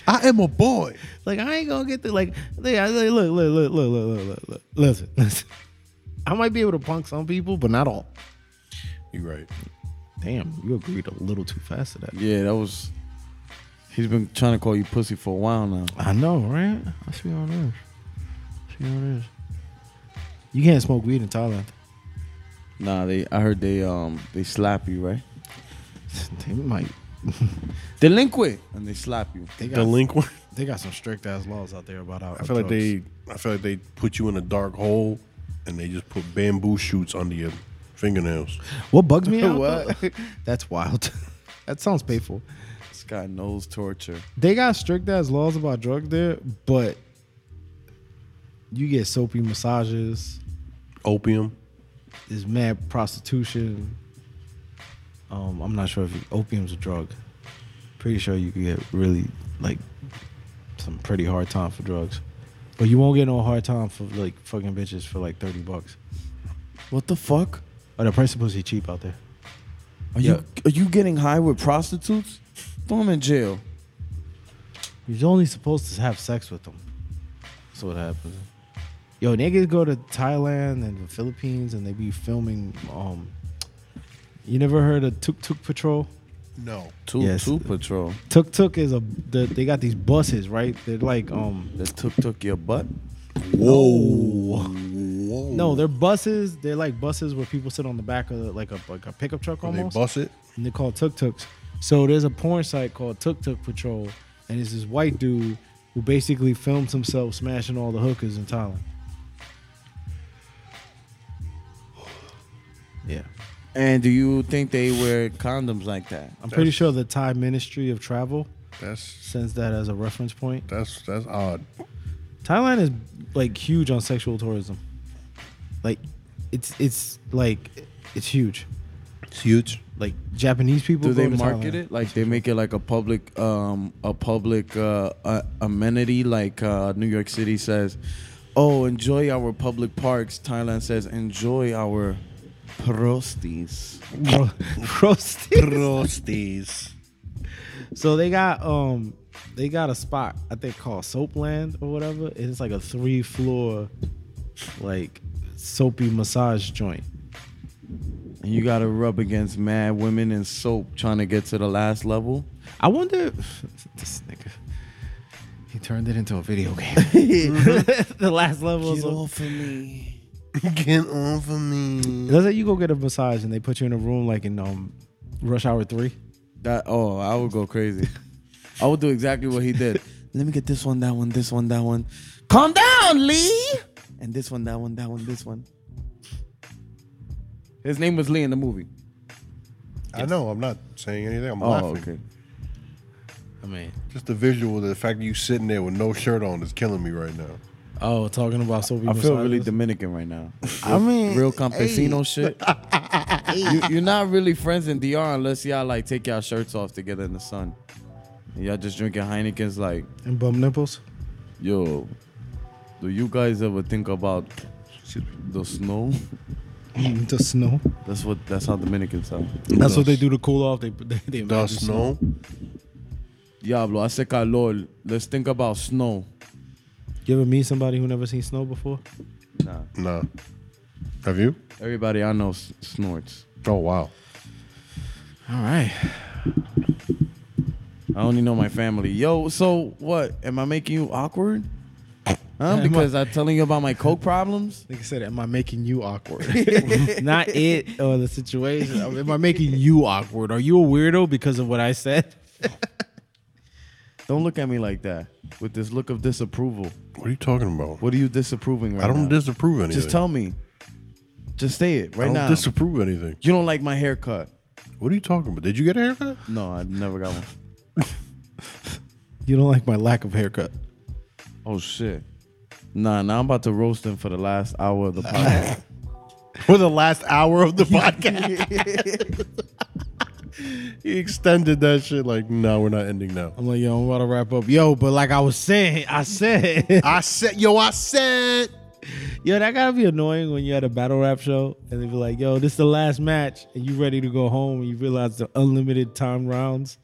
I am a boy. Like I ain't gonna get the like. Look, look, look, look, look, look, look, look, look. Listen, listen. I might be able to punk some people, but not all. You're right. Damn, you agreed a little too fast to that. Yeah, that was. He's been trying to call you pussy for a while now. I know, right? I see how it is. See how it is. You can't smoke weed in Thailand. Nah, they. I heard they um they slap you right. They might. Delinquent and they slap you. They got, Delinquent. they got some strict ass laws out there about. Our, I feel like they. I feel like they put you in a dark hole, and they just put bamboo shoots under your fingernails. What bugs me out? What? though- That's wild. that sounds painful. This guy knows torture. They got strict ass laws about drugs there, but you get soapy massages. Opium. There's mad prostitution. Um, I'm not sure if opium's a drug. Pretty sure you could get really like some pretty hard time for drugs, but you won't get no hard time for like fucking bitches for like thirty bucks. What the fuck? Or the price of pussy cheap out there. Are Yeah. you are you getting high with prostitutes? Throw him in jail. You're only supposed to have sex with them. That's what happens. Yo, niggas go to Thailand and the Philippines and they be filming. Um, you never heard of Tuk Tuk Patrol? No. Two Yes. two patrol. Tuk Tuk is a. The, they got these buses, right? They're like um. That took took your butt. Whoa. Whoa. No, they're buses. They're like buses where people sit on the back of like a like a pickup truck When they almost. bust it. and they're called tuk tuks. So there's a porn site called Tuk Tuk Patrol, and it's this white dude who basically films himself smashing all the hookers in Thailand. Yeah, And do you think they wear condoms like that? I'm pretty sure the Thai Ministry of Travel That's sends that as a reference point. that's that's odd. Thailand is like huge on sexual tourism. Like, it's it's like it's huge. It's huge. Like Japanese people. Do go they to market Thailand. it like they make it like a public um a public uh, uh amenity like uh New York City says, "Oh, enjoy our public parks." Thailand says, "Enjoy our prosties." Ro- roasted. Prosties. So they got um they got a spot I think called Soapland or whatever. And it's like a three floor like soapy massage joint. And you got to rub against mad women in soap trying to get to the last level. I wonder this nigga he turned it into a video game. the last level is of me. Get off of me. Let's say you go get a massage and they put you in a room like in um, Rush Hour Three. That oh, I would go crazy. I would do exactly what he did. Let me get this one, that one, this one, that one. Calm down, Lee. And this one, that one, that one, this one. His name was Lee in the movie. I know. I'm not saying anything. I'm Oh, laughing. okay. I mean, Just the visual, the fact that you sitting there with no shirt on is killing me right now. oh, talking about soapy. I feel really massages? Dominican right now. I mean, Real campesino shit. you, you're not really friends in DR unless y'all like take y'all shirts off together in the sun. And y'all just drinking Heineken's like, and bum nipples. yo, do you guys ever think about the snow? the snow. That's what. That's how Dominicans sound. That's what they do to cool off. They they, they The imagine snow. Diablo, hace calor. Let's think about snow. You ever meet somebody who never seen snow before? Nah. Nah. Have you? Everybody I know s- snorts. Oh wow. All right. I only know my family. Yo, so what? Am I making you awkward? Huh? Am I- Because I'm telling you about my coke problems? Like I said, am I making you awkward? Not it or the situation. I mean, Am I making you awkward? Are you a weirdo because of what I said? Don't look at me like that with this look of disapproval. What are you talking about? What are you disapproving right I don't now? disapprove anything. Just tell me. Just say it I right don't now. disapprove anything. you don't like my haircut. What are you talking about? Did you get a haircut? No, I never got one. You don't like my lack of haircut. Oh, shit. Nah, now I'm about to roast him for the last hour of the podcast. For the last hour of the podcast. he extended that shit like, no, we're not ending now. I'm like, yo, I'm about to wrap up. Yo, but like I was saying, I said, I said, yo, I said. yo, that gotta be annoying when you at a battle rap show and they be like, yo, this is the last match, and you ready to go home, and you realize the unlimited time rounds.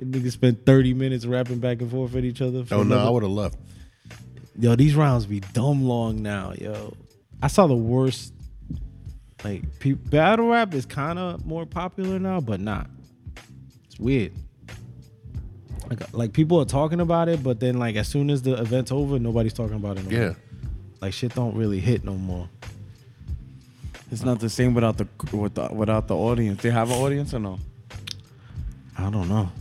And niggas spent 30 minutes rapping back and forth at each other. for Oh no, I another- would have left. Yo, these rounds be dumb long now, yo. I saw the worst. Like pe- battle rap is kind of more popular now, but not. It's weird. Like, uh, like people are talking about it, but then like as soon as the event's over, nobody's talking about it. No Yeah. more. Like shit don't really hit no more. It's not the same without the without, without the audience. They have an audience or no? I don't know.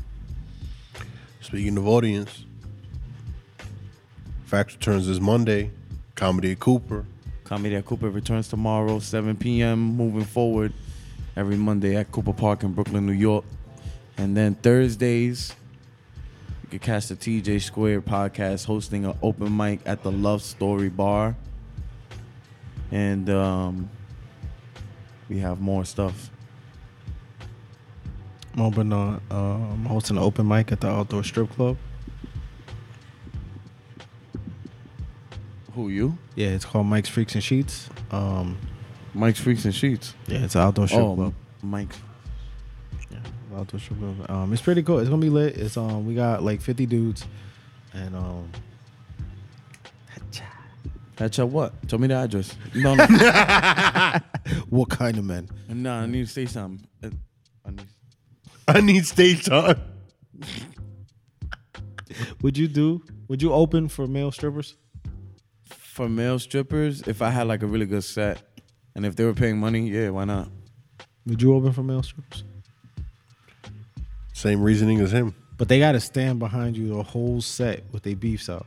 Speaking of audience, Facts returns this Monday. Comedy at Cooper. Comedy at Cooper returns tomorrow, 7 p.m. Moving forward, every Monday at Cooper Park in Brooklyn, New York, and then Thursdays, you can catch the TJ Square podcast hosting an open mic at the Love Story Bar, and um, we have more stuff. I'm open on. Uh, I'm hosting an open mic at the outdoor strip club. Who you? Yeah, it's called Mike's Freaks and Sheets. Um, Mike's Freaks and Sheets. yeah, it's an outdoor strip club. Oh, Mike. Yeah, Wild Twist Strip Club. Um, it's pretty cool. It's gonna be lit. It's um, we got like fifty dudes, and um, That's your what? Tell me the address. No, no. what kind of men? No, I need to say something. Uh, I need- I need stage time. Would you do? Would you open for male strippers? For male strippers, if I had like a really good set, and if they were paying money, yeah, why not? Would you open for male strippers? Same reasoning as him. But they gotta stand behind you the whole set with their beefs out.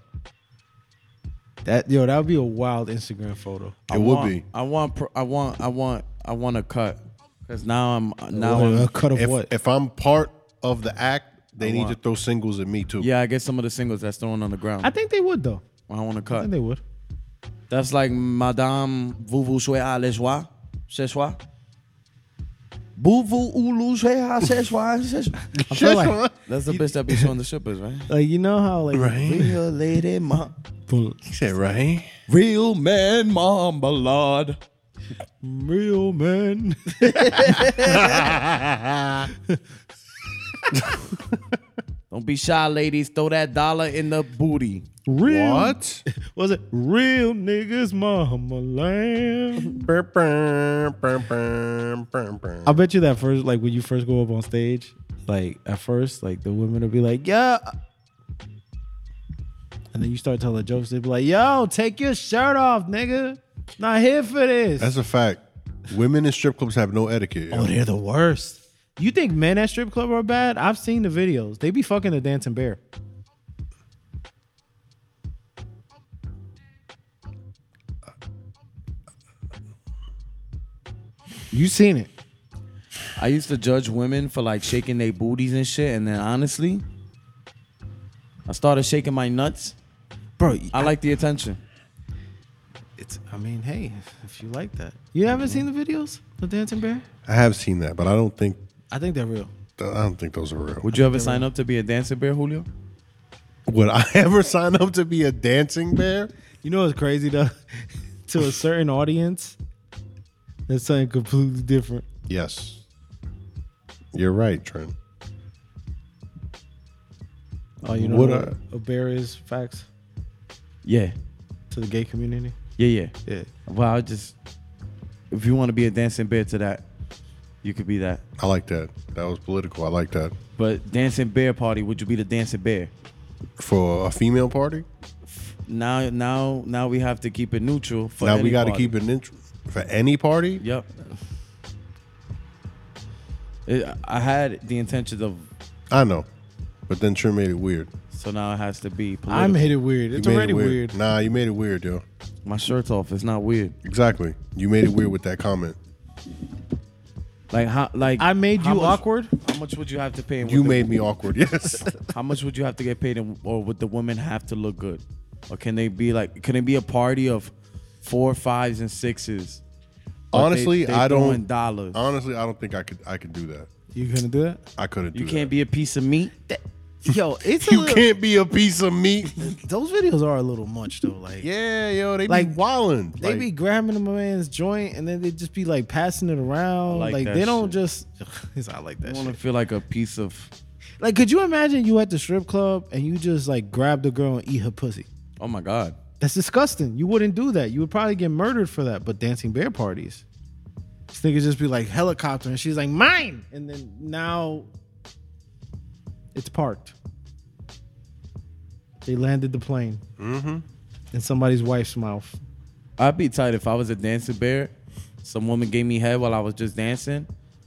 That yo, that would be a wild Instagram photo. I It would want- be. I want. pro- I want. I want. I want a cut. Cause now I'm. Now What, I'm. a cut of If, what? if I'm part of the act, they need want- to throw singles at me too. Yeah, I get some of the singles that's thrown on the ground. I I, think they would though. want a I think cut. they would. That's like Madame Vous vous souhaitez à les joies, ce soir. Vous vous ou souhaitez à ce soir, ce soir. I feel like, That's the bitch that be showing the strippers, right? like you know how like Right? Real lady, ma. He said, right? Real man, mama, lord. real men. Ah. Don't be shy, ladies. Throw that dollar in the booty. Real What? was it real niggas mama lamb? Burp, burp, burp, burp, burp, burp. I bet you that first, like when you first go up on stage, like at first, like the women will be like, "Yeah," and then you start telling jokes. They be like, "Yo, take your shirt off, nigga." Not here for this. That's a fact. Women in strip clubs have no etiquette. yo. oh, they're the worst. You think men at strip club are bad? I've seen the videos. They be fucking the dancing bear. You seen it? I used to judge women for like shaking their booties and shit, and then honestly, I started shaking my nuts. bro. I like the attention. It's. I mean, hey, if you like that, you haven't seen the videos, the dancing bear. I have seen that, but I don't think I think they're real. I don't think those are real. Would you ever sign up to be a dancer bear, Julio? Would I ever sign up to be a dancing bear? You know what's crazy though? to a certain audience, that's something completely different. Yes. You're right, Trent. Oh, you know What what, are- a bear is facts Yeah, to the gay community. yeah, yeah. Yeah, Well, I just if you want to be a dancing bear to that, you could be that. I like that. That was political. I like that. But dancing bear party, would you be the dancing bear? For a female party, Now, now, now we have to keep it neutral. For now we got to keep it neutral for any party. Yep. It, I had the intentions of, I know, but then Trent made it weird. so now it has to be. Political. I made it weird. It's You made already it weird. Nah, you made it weird, yo. my shirt's off. It's not weird. Exactly. You made it weird with that comment. Like how? Like I made how you much- awkward. How much would you have to pay? and You would the- made me awkward. Yes. How much would you have to get paid, and, or would the women have to look good, or can they be like? Can it be a party of four fives and sixes? but they- honestly, they I throwing don't. dollars. Honestly, I don't think I could. I could do that. You gonna do that? I couldn't. you do can't that. be a piece of meat. Yo, it's a You little, can't be a piece of meat. those videos are a little much though. Like, yeah, yo, they Like, be wildin'. they be grabbing a man's joint and then they just be like passing it around. like Like, that they don't shit. just. it's not like I that. want to Shit. feel like a piece of. Like, could you imagine you at the strip club and you just like grab the girl and eat her pussy? Oh my god. That's disgusting. You wouldn't do that. You would probably get murdered for that. But dancing bear parties, this nigga just be like helicopter, and she's like mine, and then now it's parked. They landed the plane in somebody's wife's mouth. I'd be tight if I was a dancing bear. Some woman gave me head while I was just dancing,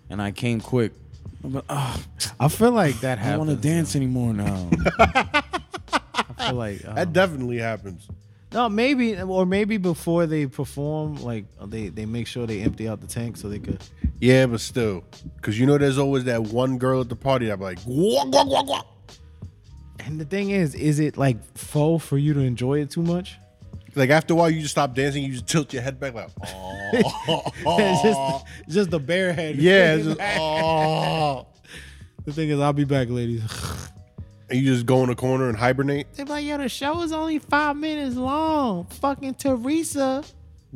and I came quick. I'm like, oh, I feel like that I don't happened. want to dance anymore now. I feel like um, that definitely happens. no, maybe or maybe before they perform, like they they make sure they empty out the tank so they could. Yeah, but still, because you know, there's always that one girl at the party that be like, guac, guac, guac, guac. And the thing is, is it like faux for you to enjoy it too much? Like after a while, you just stop dancing. You just tilt your head back, like, oh, It's just, it's just the bare head. yeah, it's just, oh. The thing is, I'll be back, ladies. And you just go in a corner and hibernate. They're like, yo, the show is only five minutes long. Fucking Teresa,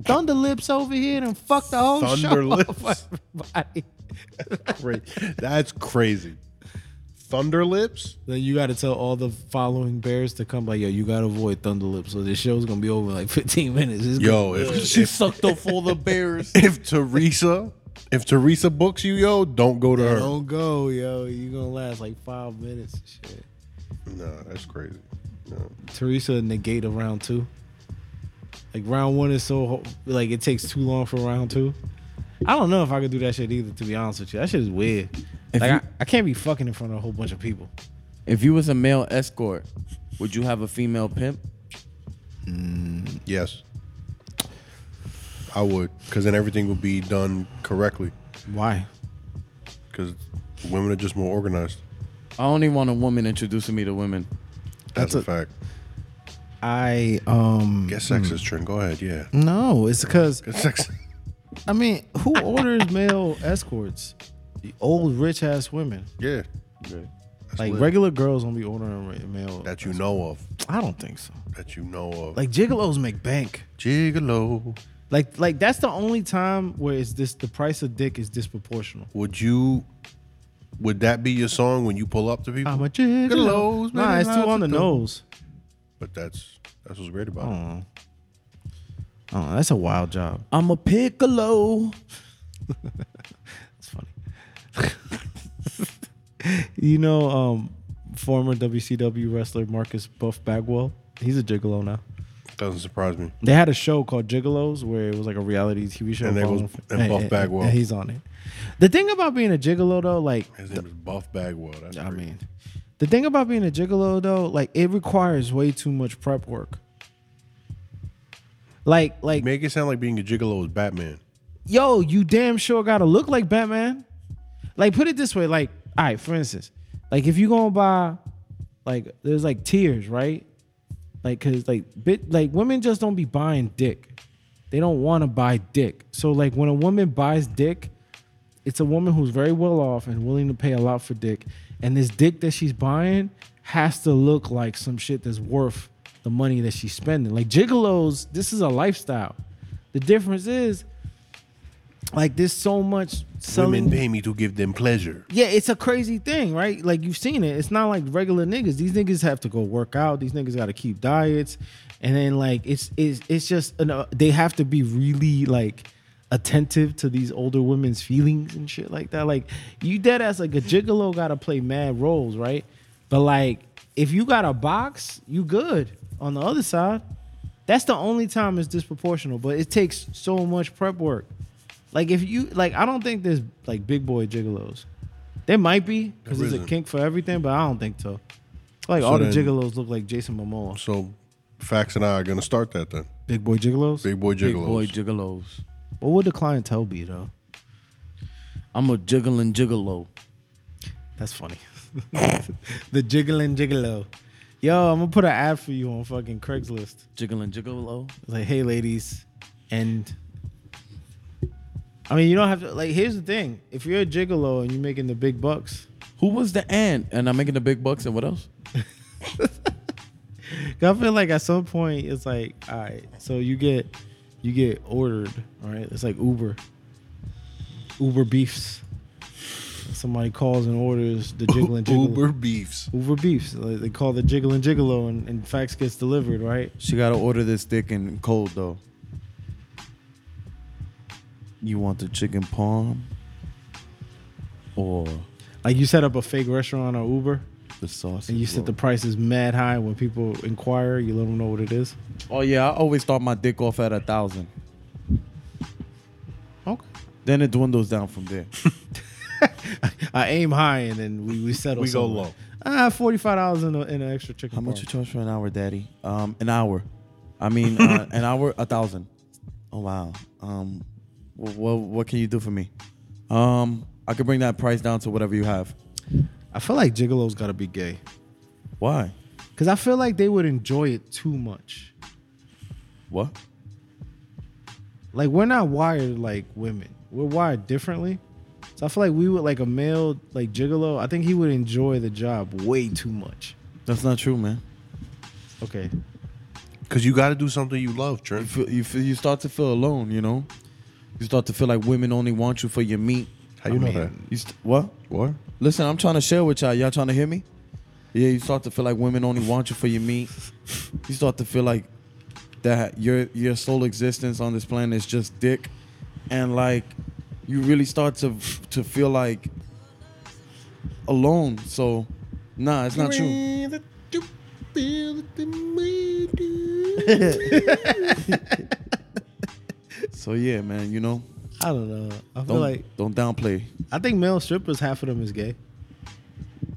Thunder Lips over here, and fuck the Oh, whole Thunder show Lips. off everybody. Great, that's crazy. Thunder lips. Then you got to tell all the following bears to come. Like, yo, you got to avoid Thunder Lips, so this show's gonna be over in like 15 minutes. It's Yo, if, she if, sucked up all the bears. if Teresa, if Teresa books you, yo, don't go to gonna- her. don't go, yo. You gonna last like five minutes. and Shit. No, that's crazy. No. Teresa negate a round two. Like round one is so ho- like it takes too long for round two. I don't know if I could do that shit either. To be honest with you, that shit is weird. If like you- I, I can't be fucking in front of a whole bunch of people. If you was a male escort, would you have a female pimp? Yes, I would, because then everything would be done correctly. Why? Because women are just more organized. I only want a woman introducing me to women. That's, That's a, a- fact. I um Get Hmm. sexist, Trent. Go ahead. Yeah. no, it's because Get sexist. I mean, who orders male escorts? The old rich ass women. Yeah. Like lit. regular girls don't be ordering ra- male. That you know of. I don't think so. That you know of. Like gigolos make bank. Gigolo. Like like that's the only time where it's this the price of dick is disproportional. Would you? Would that be your song when you pull up to people? I'm a gigolo. Gigolos, Nah, many it's too lives on the to nose. but that's that's what's great about I it. don't know. I don't know. Oh, That's a wild job. I'm a piccolo. That's funny. you know, um, former WCW wrestler Marcus Buff Bagwell. He's a gigolo now. Doesn't surprise me. They had a show called Gigolos where it was like a reality TV show. And they was- following- and Buff Bagwell. and he's on it. The thing about being a gigolo though, like His name is Buff Bagwell. That's I crazy. mean, the thing about being a gigolo though, like it requires way too much prep work. Like, like, make it sound like being a gigolo is Batman. yo, you damn sure gotta look like Batman. Like, put it this way, like, all right, for instance, like if you gonna buy, like, there's like tiers, right? Like, cause like, bit, like women just don't be buying dick. They don't want to buy dick. So like, when a woman buys dick, it's a woman who's very well off and willing to pay a lot for dick. And this dick that she's buying has to look like some shit that's worth the money that she's spending. Like gigolos, this is a lifestyle. The difference is, like, there's so much selling. Women pay me to give them pleasure. Yeah, it's a crazy thing, right? Like you've seen it. It's not like regular niggas. These niggas have to go work out. These niggas got to keep diets, and then like it's it's it's just an, uh, they have to be really like attentive to these older women's feelings and shit like that. Like you dead ass like a gigolo got to play mad roles, right? But like if you got a box, you good on the other side. That's the only time it's disproportional, but it takes so much prep work. Like if you like, I don't think there's like big boy gigolos. There might be because There there's a isn't. kink for everything, but I don't think so. Like So all the then- gigolos look like Jason Momoa. So, Fax and I are gonna start that then. Big boy gigolos. Big boy Big gigolos. boy gigolos. What would the clientele be though? I'm a jiggling gigolo. That's funny. the jiggling gigolo. Yo, I'm gonna put an ad for you on fucking Craigslist. Jiggling gigolo. It's like, hey, ladies, and I mean, you don't have to. Like, here's the thing: if you're a gigolo and you're making the big bucks, Who was the ant? And I'm making the big bucks. And what else? 'Cause I feel like at some point it's like, all right, so you get you get ordered, all right? It's like Uber. Uber beefs. Somebody calls and orders the jiggling gigolo. Uber beefs. Uber beefs. Like, They call the jiggling gigolo and, and fax gets delivered, right? She gotta order this thick and cold though. You want the chicken palm or Like you set up a fake restaurant on Uber the sauce? and you set the prices mad high. When people inquire, you let them know what it is. Oh yeah, I always start my dick off at a thousand. Okay. Then it dwindles down from there. I aim high and then we, we settle. We go somewhere. low. Ah, forty five dollars in, a- in an extra chicken. How much parm. you charge for an hour, Daddy? Um, an hour. I mean, uh, an hour, a thousand. Oh wow. Um, what what can you do for me? Um, I could bring that price down to whatever you have. I feel like gigolos gotta be gay. Why? Because I feel like they would enjoy it too much. What? Like we're not wired like women. We're wired differently. So I feel like we would like a male like gigolo. I think he would enjoy the job way too much. That's not true, man. Okay. Cause you got to do something you love, You Trent. feel, you feel, you start to feel alone. You know, you start to feel like women only want you for your meat. How you know that? You st- what? What? Listen, I'm trying to share with y'all. Y'all trying to hear me? Yeah, you start to feel like women only want you for your meat. You start to feel like that your your sole existence on this planet is just dick, and like you really start to to feel like alone. So, nah, it's not true. So yeah, man, you know, I don't know. I feel don't like don't downplay. I think male strippers, half of them is gay.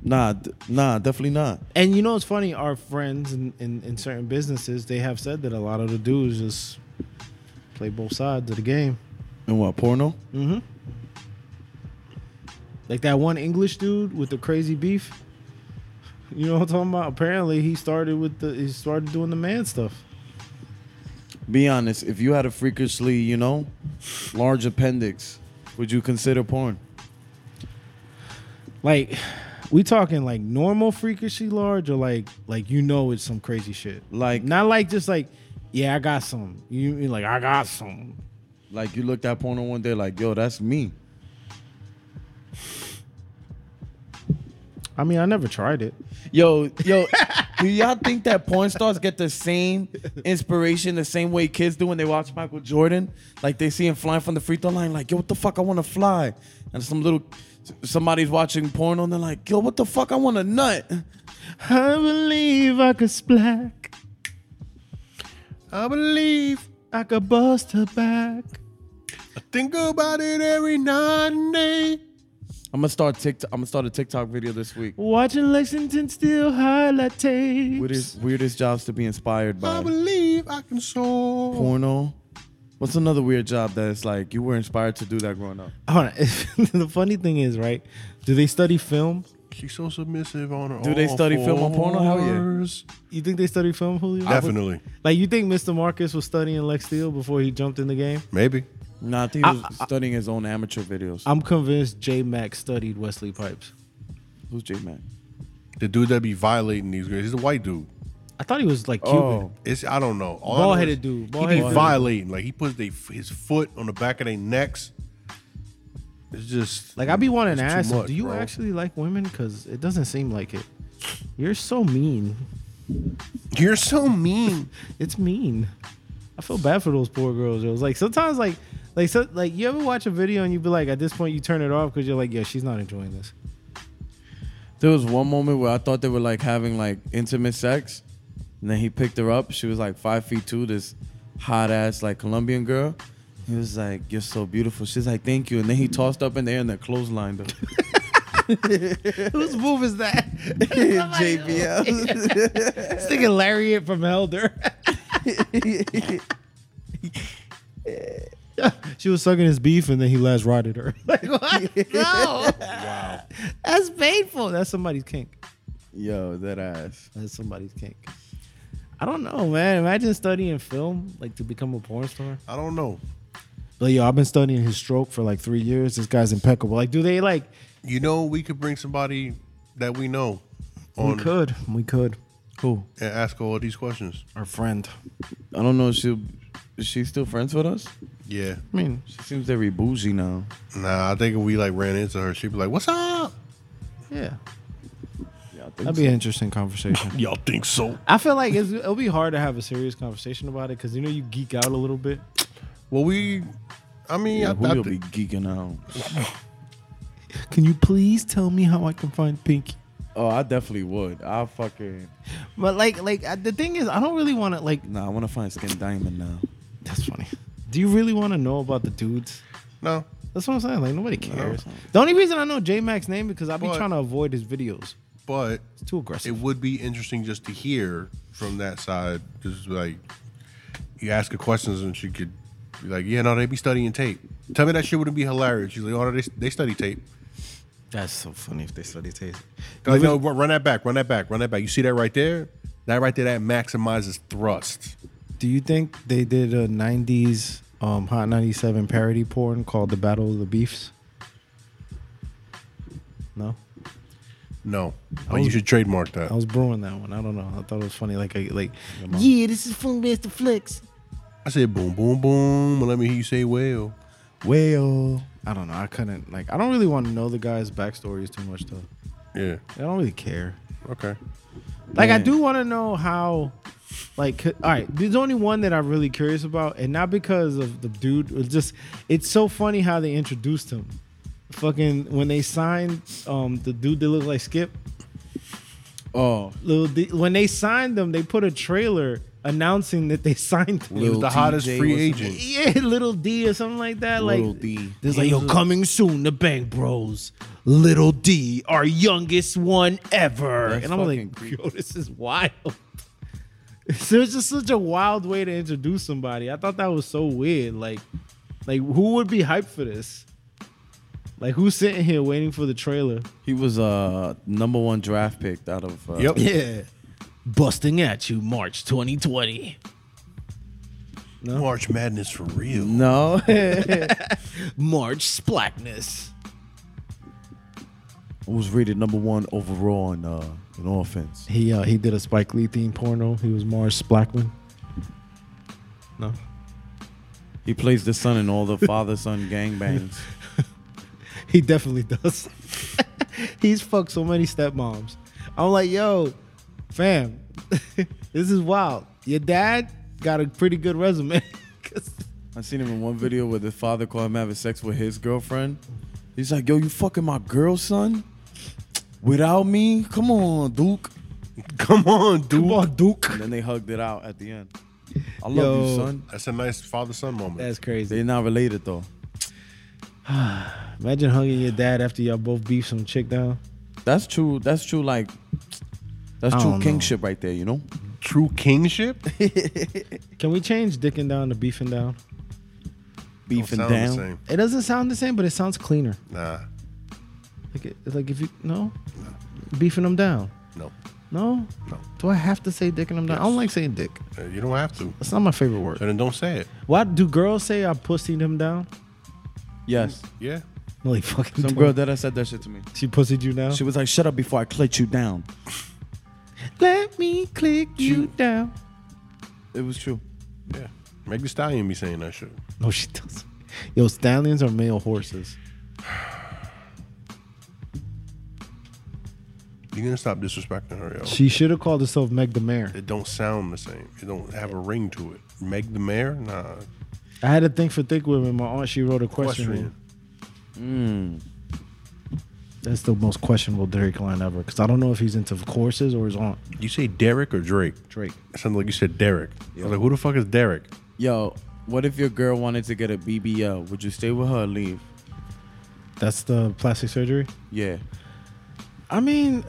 Nah, d- nah, definitely not. And you know what's funny? Our friends in, in, in certain businesses, they have said that a lot of the dudes just play both sides of the game. And what porno? Mm-hmm. Like that one English dude with the crazy beef. You know what I'm talking about? Apparently, he started with the he started doing the man stuff. Be honest, if you had a freakishly, you know, large appendix, would you consider porn? Like, we talking like normal freakishly large or like like you know it's some crazy shit. Like- not like just like yeah I got some. You you like I got some. Like you looked at porno one day, like, yo, that's me. I mean I never tried it. Yo, yo, do y'all think that porn stars get the same inspiration the same way kids do when they watch Michael Jordan? Like they see him flying from the free throw line, like, yo, what the fuck, I wanna fly. And some little somebody's watching porno and they're like, yo, what the fuck, I wanna nut. I believe I could splack. I believe I could bust her back. I think about it every night and day. I'm gonna start TikTok. I'm gonna start a TikTok video this week. Watching Lexington still high latte. Weirdest, weirdest jobs to be inspired I by. believe I can soar. Porno. What's another weird job that it's like you were inspired to do that growing up? Hold on. the funny thing is, right? Do they study film? She's so submissive on her. Do they all study film on porno? Hell yeah. fours. You think they study film, Julio? Definitely. Like you think Mr. Marcus was studying Lex Steele before he jumped in the game? Maybe. Nah, I think he was studying his own amateur videos. I'm convinced J Mac studied Wesley Pipes. Who's J Man? The dude that be violating these girls. He's a white dude. I thought he was like Cuban. Oh, It's I don't know. All I know Bald headed is dude. He Bald be headed violating. Like he puts they, his foot on the back of their necks. It's just Like I be wanting to it's too ask, him, much, do you bro. actually like women? Because it doesn't seem like it. You're so mean. You're so mean. It's mean. I feel bad for those poor girls. It was like sometimes, like, like, so, like you ever watch a video and you be like, at this point, you turn it off because you're like, yeah, she's not enjoying this. there was one moment where I thought they were like having like intimate sex, and then he picked her up. She was like five feet two, this hot ass like Colombian girl. He was like, "You're so beautiful." She's like, "Thank you," and then he tossed up in the air and then clotheslined her. Whose move is that? JBL. It's thinking Lariat from Elder. she was sucking his beef and then he last rotted her. Like, what? No. Wow. That's painful. That's somebody's kink. Yo, that ass. That's somebody's kink. I don't know, man. Imagine studying film, like to become a porn star. I don't know. Like, yo, I've been studying his stroke for like three years. This guy's impeccable. Like, do they like? You know, we could bring somebody that we know We on could. We could. Who? and ask all these questions. Our friend. I don't know. If she is she still friends with us? Yeah. I mean, She seems very bougie now. Nah, I think if we like ran into her, she'd be like, "What's up?" yeah. Yeah, I think That'd be an interesting conversation. Y'all think so? I feel like it's, it'll be hard to have a serious conversation about it because you know you geek out a little bit. Well, we. I mean, I, I Julio thi- be geeking out. Can you please tell me how I can find Pinky? Oh, I definitely would. I fucking But like, like I- the thing is, I don't really want to like. nah. I want to find Skin Diamond now. That's funny. Do you really want to know about the dudes? no. That's what I'm saying. Like nobody cares. The only reason I know J Mac's name because I be But- trying to avoid his videos. But It's too it aggressive. would be interesting just to hear from that side. Just like you ask her questions and she could be like, "Yeah, no, they be studying tape." Tell me that shit wouldn't be hilarious. She's like, "Oh, no, they they study tape." That's so funny if they study taste. Like, no, run run that back, run that back, run that back. You see that right there? That right there, that maximizes thrust. Do you think they did a '90s um, Hot '97 parody porn called "The Battle of the Beefs"? No. No, but you should trademark I that. was brewing that one. I don't know. I thought it was funny. Like, I, like, yeah, this is Fun Master Flex. I said, "Boom, boom, boom." Well, let me hear you say, "Well." Well, I don't know. I couldn't. Like, I don't really want to know the guy's backstories too much, though. Yeah. I don't really care. Okay. Like, I Yeah. do want to know how. Like, c- all right, there's only one that I'm really curious about, and not because of the dude. It's just, it's so funny how they introduced him. Fucking when they signed um the dude that looked like Skip. oh, Little D, when they signed them, they put a trailer announcing that they signed him. He was Lil the hottest TJ free was- agent. Yeah, little D or something like that. little like D. There's like, yo, coming soon, the Bang Bros. Little D, our youngest one ever. That's and I'm like, fucking creepy. yo, this is wild. so it's just such a wild way to introduce somebody. I thought that was so weird. Like, like who would be hyped for this? Like, who's sitting here waiting for the trailer? He was uh number one draft pick out of uh, Yep. Yeah. Busting at you, March 2020. March Madness for real. No, I March Splackness. was rated number one overall in uh in offense. He uh, he did a Spike Lee themed porno. He was Marge Splackman. No. He plays the son in all the father son gangbangs. He definitely does. He's fucked so many stepmoms. I'm like, yo, fam, this is wild. Your dad got a pretty good resume. 'Cause- I seen him in one video where the father called him having sex with his girlfriend. He's like, "Yo, you fucking my girl, son? Without me? Come on, Duke." Come on, dude. Come on, Duke. And then they hugged it out at the end. I love Yo. you, son. That's a nice father son moment. That's crazy. They're not related though. Imagine hugging your dad after y'all both beef some chick down. That's true. That's true. Like I that's true don't know. kingship right there. You know. True kingship? Can we change dicking down to beefing down? Beefing Sound the down. same. It doesn't sound the same, but it sounds cleaner. Nah, Like, it, like if you no, beefing them down. no. No, No. Do I have to say dicking them down? I don't like saying dick. Uh, You don't have to. That's not my favorite So word. then don't say it. Why do girls say I pussied him down? Yes. Yeah. No, like fucking. Some don't. girl that I said that shit to me. She pussied you down. She was like, "Shut up before I clit you down." Let me click you down. It was true. Yeah. Meg Thee Stallion be saying that shit. No, she doesn't. Yo, stallions are male horses. You're gonna stop disrespecting her, yo. She should have called herself Meg the Mare. It don't sound the same. It don't have a ring to it. Meg the Mayor? Nah. I had a thing for thick women. My aunt, she wrote a question. Equestrian. That's the most questionable Derek line ever. Because I don't know if he's into horses or his aunt. You say Derek or Drake? Drake. It sounded like you said Derek. I was like, who the fuck is Derek? Yo, what if your girl wanted to get a BBL? Would you stay with her or leave? That's the plastic surgery. Yeah. I mean,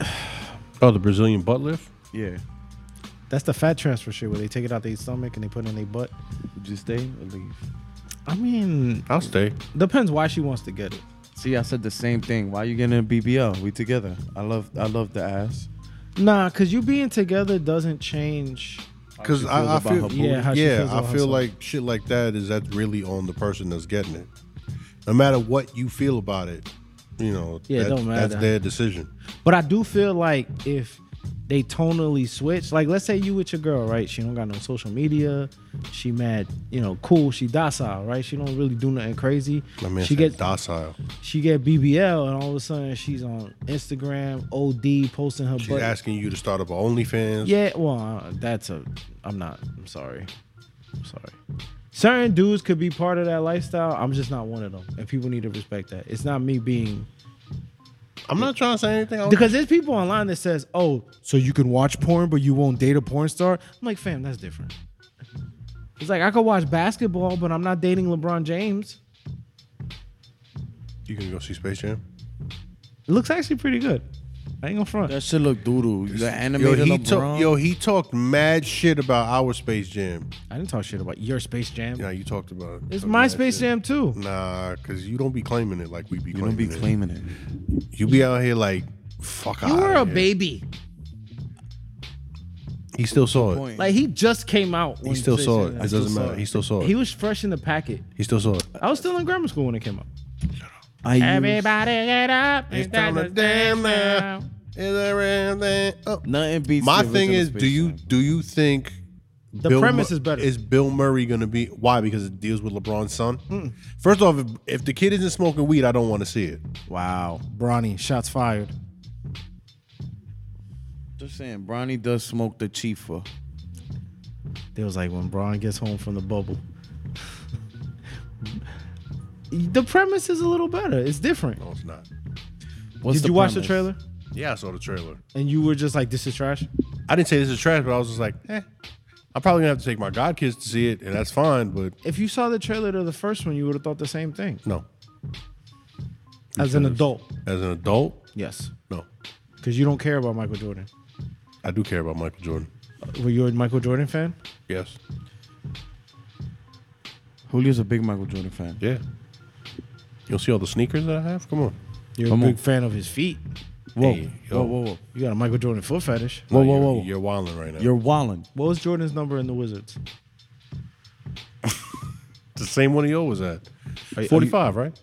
Oh, the Brazilian butt lift? Yeah. that's the fat transfer shit where they take it out their stomach and they put it in their butt. Would you stay or leave? I mean, I'll stay. depends why she wants to get it. See, I said the same thing. Why you getting a BBL? We together. I love I love the ass. Nah, because you being together doesn't change. Because she I, I feels about feel, her Yeah, booty. how she yeah, feels I about feel herself. like shit like that is that's really on the person that's getting it. No matter what you feel about it, you know, Yeah, it that- don't matter. that's their decision. But I do feel like if they tonally switch, like let's say you with your girl, right? She don't got no social media. She mad, you know, cool. She docile, right? She don't really do nothing crazy. I mean, she get docile. she get BBL, and all of a sudden she's on Instagram, OD, posting her She's butt. asking you to start up a OnlyFans. Yeah, well, uh, that's a. I'm not. I'm sorry. I'm sorry. Certain dudes could be part of that lifestyle. I'm just not one of them, and people need to respect that. It's not me being I'm not trying to say anything. I don't- because there's people online that says, "Oh, so you can watch porn, but you won't date a porn star." I'm like, fam, that's different. It's like I could watch basketball, but I'm not dating LeBron James. you can go see Space Jam. It looks actually pretty good. I ain't gonna front. That shit look doodoo. The Yo, animated he LeBron. talk, yo, he talked mad shit about our Space Jam. I didn't talk shit about your Space Jam. Yeah, you talked about it. It's Talked my mad Space shit. Mm. Jam too. Nah, cause you don't be claiming it like we be. you claiming don't be it. claiming it. You be out here like, fuck. You were outta a here. baby. He still saw it. Point. Like he just came out. He when still Space saw Jam- it. It doesn't saw matter. it. He still saw He it. was fresh in the packet. He still saw it. I was still in grammar school when it came out. I use- get up. It's time to damn now. Is there anything up? nothing beats. My the thing original is, Space do you Jam. do you think The premise is better. Is Bill Murray gonna be why? Because it deals with LeBron's son. First off, if, if the kid isn't smoking weed, I don't want to see it. Wow. Bronny, shots fired. Just saying, Bronny does smoke the chifa. They was like when Bron gets home from the bubble. the premise is a little better. It's different. No, it's not. What's Did the you watch the premise? trailer? Yeah, I saw the trailer. And you were just like, "This is trash." I didn't say this is trash, but I was just like, eh. I'm probably gonna have to take my god kids to see it, and that's fine. But If you saw the trailer to the first one, you would have thought the same thing. no, As an Because- adult, as an adult, yes, no, because you don't care about Michael Jordan. I do care about Michael Jordan. Were you a Michael Jordan fan? Yes, Julio's a big Michael Jordan fan. yeah. You'll see all the sneakers that I have. Come on. You're Come a on. big fan of his feet. Whoa, Hey, whoa, yo. whoa, whoa. You got a Michael Jordan foot fetish. Whoa, No, whoa, you're- whoa. You're wilding right now. You're wildin'. What was Jordan's number in the Wizards? the same one he always had. Are you- 45, right?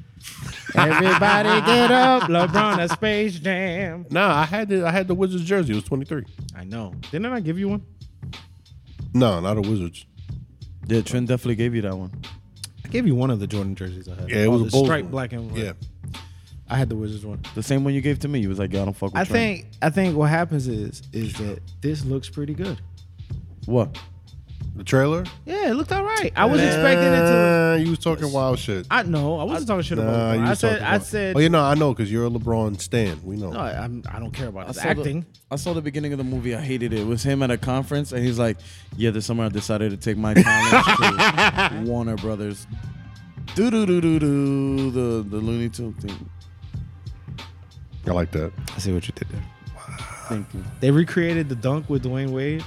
Everybody get up, LeBron a Space Jam. Nah, I had the I had the Wizards jersey. It was 23. I know. Didn't I give you one? No, not a Wizards. Yeah, Trent definitely gave you that one. I gave you one of the Jordan jerseys I had. Yeah, it Oh, was the a Bulls striped one. black and white. Yeah. I had the Wizards one. The same one you gave to me. You was like, "Yo, I don't fuck with I Trent." think I think what happens is is that this looks pretty good. What? The trailer? Yeah, it looked all right. I was expecting it to. Nah, You was talking wild shit. I know. I wasn't talking shit Nah, about. you LeBron. I was said. talking I wild- said. Oh, you know, I know because you're a LeBron stan. We know. No, I, I'm, I don't care about his saw the- acting. I saw the beginning of the movie. I hated it. It was him at a conference, and he's like, "Yeah, this summer I decided to take my college to Warner Brothers." Do do do do do the the Looney Tune thing. I like that. I see what you did there. Thank you. They recreated the dunk with Dwayne Wade.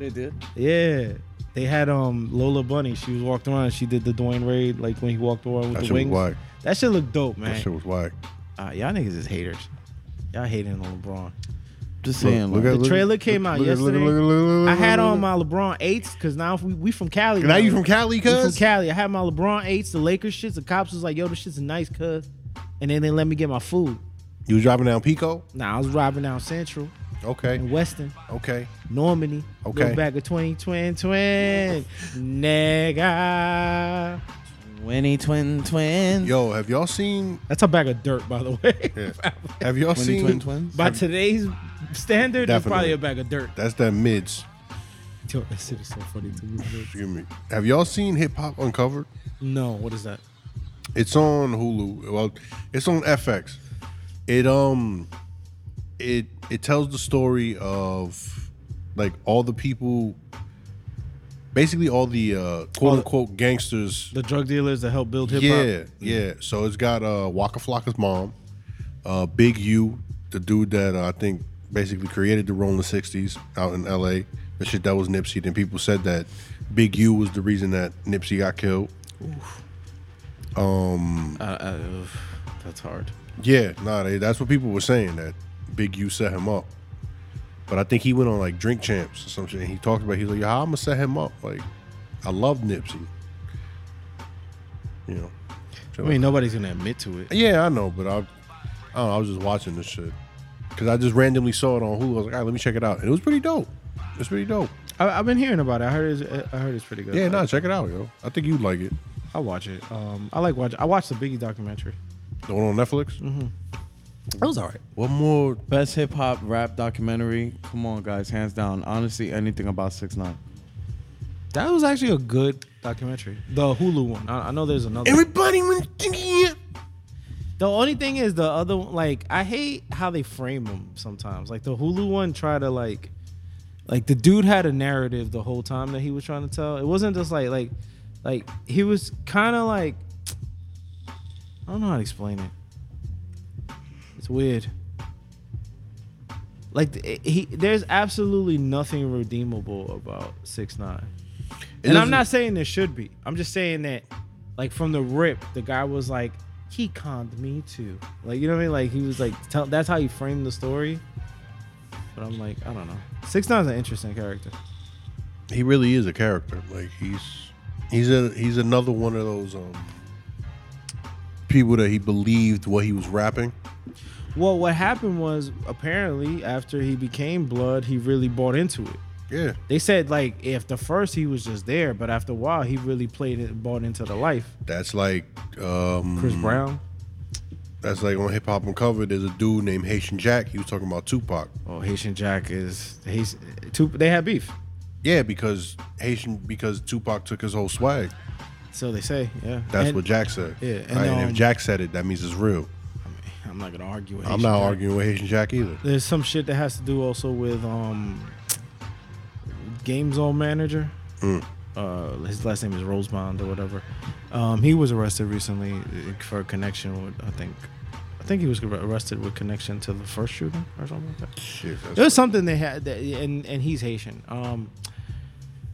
They did. Yeah. They had um Lola Bunny. She was walking around. She did the Dwayne Wade, like when he walked around with That the shit was wings. whack. That shit looked dope, man. That shit was whack. Uh, y'all niggas is haters. Y'all hating on LeBron. Just Look- saying. look like, at- The trailer came out look at- look at- yesterday. look at- look at- look I at- had look at- on my LeBron eights because now we, we from Cali. Mm-hmm. Now you from Cali, We from cuz? Cali. I had my LeBron eights, the Lakers shits. The cops was like, "Yo, this shit's nice, cuz," and then they let me get my food. You was driving down Pico? Now I was robbing down Central and Okay. Weston, Okay. Normandy. Okay. Look back at twenty twin twin nigga. Winnie Twin Twin. Yo, have y'all seen? That's a bag of dirt, by the way. yeah. Have y'all Winnie seen? Twin Twins. By today's standard, that's probably Definitely. a bag of dirt. That's that mids. Yo, that shit is so funny to me. bro. Excuse me. Have y'all seen Hip Hop Uncovered? No, what is that? It's on Hulu. Well, it's on FX. It um, it it tells the story of like all the people, basically all the uh, quote unquote gangsters. The drug dealers that help build hip hop. Yeah, yeah. So it's got uh, Waka Flocka's mom, uh, Big U, the dude that uh, I think basically created the Rolling Sixties out in L.A. The shit that was Nipsey. Then people said that Big U was the reason that Nipsey got killed. Uh, that's hard. Yeah, nah, they, that's what people were saying that Big U set him up. But I think he went on like Drink Champs or something. And he talked about he was like, "Yeah, I'm gonna set him up." Like, I love Nipsey. You know. I mean, nobody's gonna admit to it. Yeah, I know, but I, I, don't know, I was just watching this shit because I just randomly saw it on Hulu. I was like, "All right, let me check it out," and it was pretty dope. It's pretty dope. I, I've been hearing about it. I heard it's, I heard it's pretty good. Yeah, Like, nah, check it out, yo. I think you'd like it. I'll watch it. Um, I like watch. I watched the Biggie documentary. The one on Netflix. Mm-hmm. That was alright. One more. Best hip hop rap documentary. Come on, guys, hands down. Honestly, anything about Six Nine. That was actually a good documentary. The Hulu one. I, I know there's another. Everybody went thinking. the only thing is the other one. Like I hate how they frame them sometimes. Like the Hulu one try to like, like the dude had a narrative the whole time that he was trying to tell. It wasn't just like like, like he was kind of like. I don't know how to explain it. It's weird. Like th- he, there's absolutely nothing redeemable about six nine, and I'm not saying there should be. I'm just saying that, like from the rip, the guy was like, he conned me too. Like you know what I mean? Like he was like, tell, that's how he framed the story. But I'm like, I don't know. Six Nine's an interesting character. He really is a character. Like he's he's a he's another one of those um people that he believed what he was rapping. Well, what happened was apparently after he became Blood, he really bought into it. Yeah. They said like if the first he was just there, but after a while he really played it, bought into the life. That's like um Chris Brown. That's like on Hip Hop Uncovered. There's a dude named Haitian Jack. He was talking about Tupac. Oh, Haitian Jack is he's two. They had beef, Yeah, because Haitian because Tupac took his whole swag. so they say. Yeah, That's And what Jack said. Yeah, and, Right, and um, if Jack said it, that means it's real. I'm not gonna argue with. I'm Haitian not Jack. arguing with Haitian Jack either. There's some shit that has to do also with um, Game Zone Manager. Uh, his last name is Rosebond or whatever. Um, he was arrested recently uh, for connection with I think, I think he was arrested with connection to the first shooting or something like that. Shit, that's- There's something they had, that, and and he's Haitian. Um,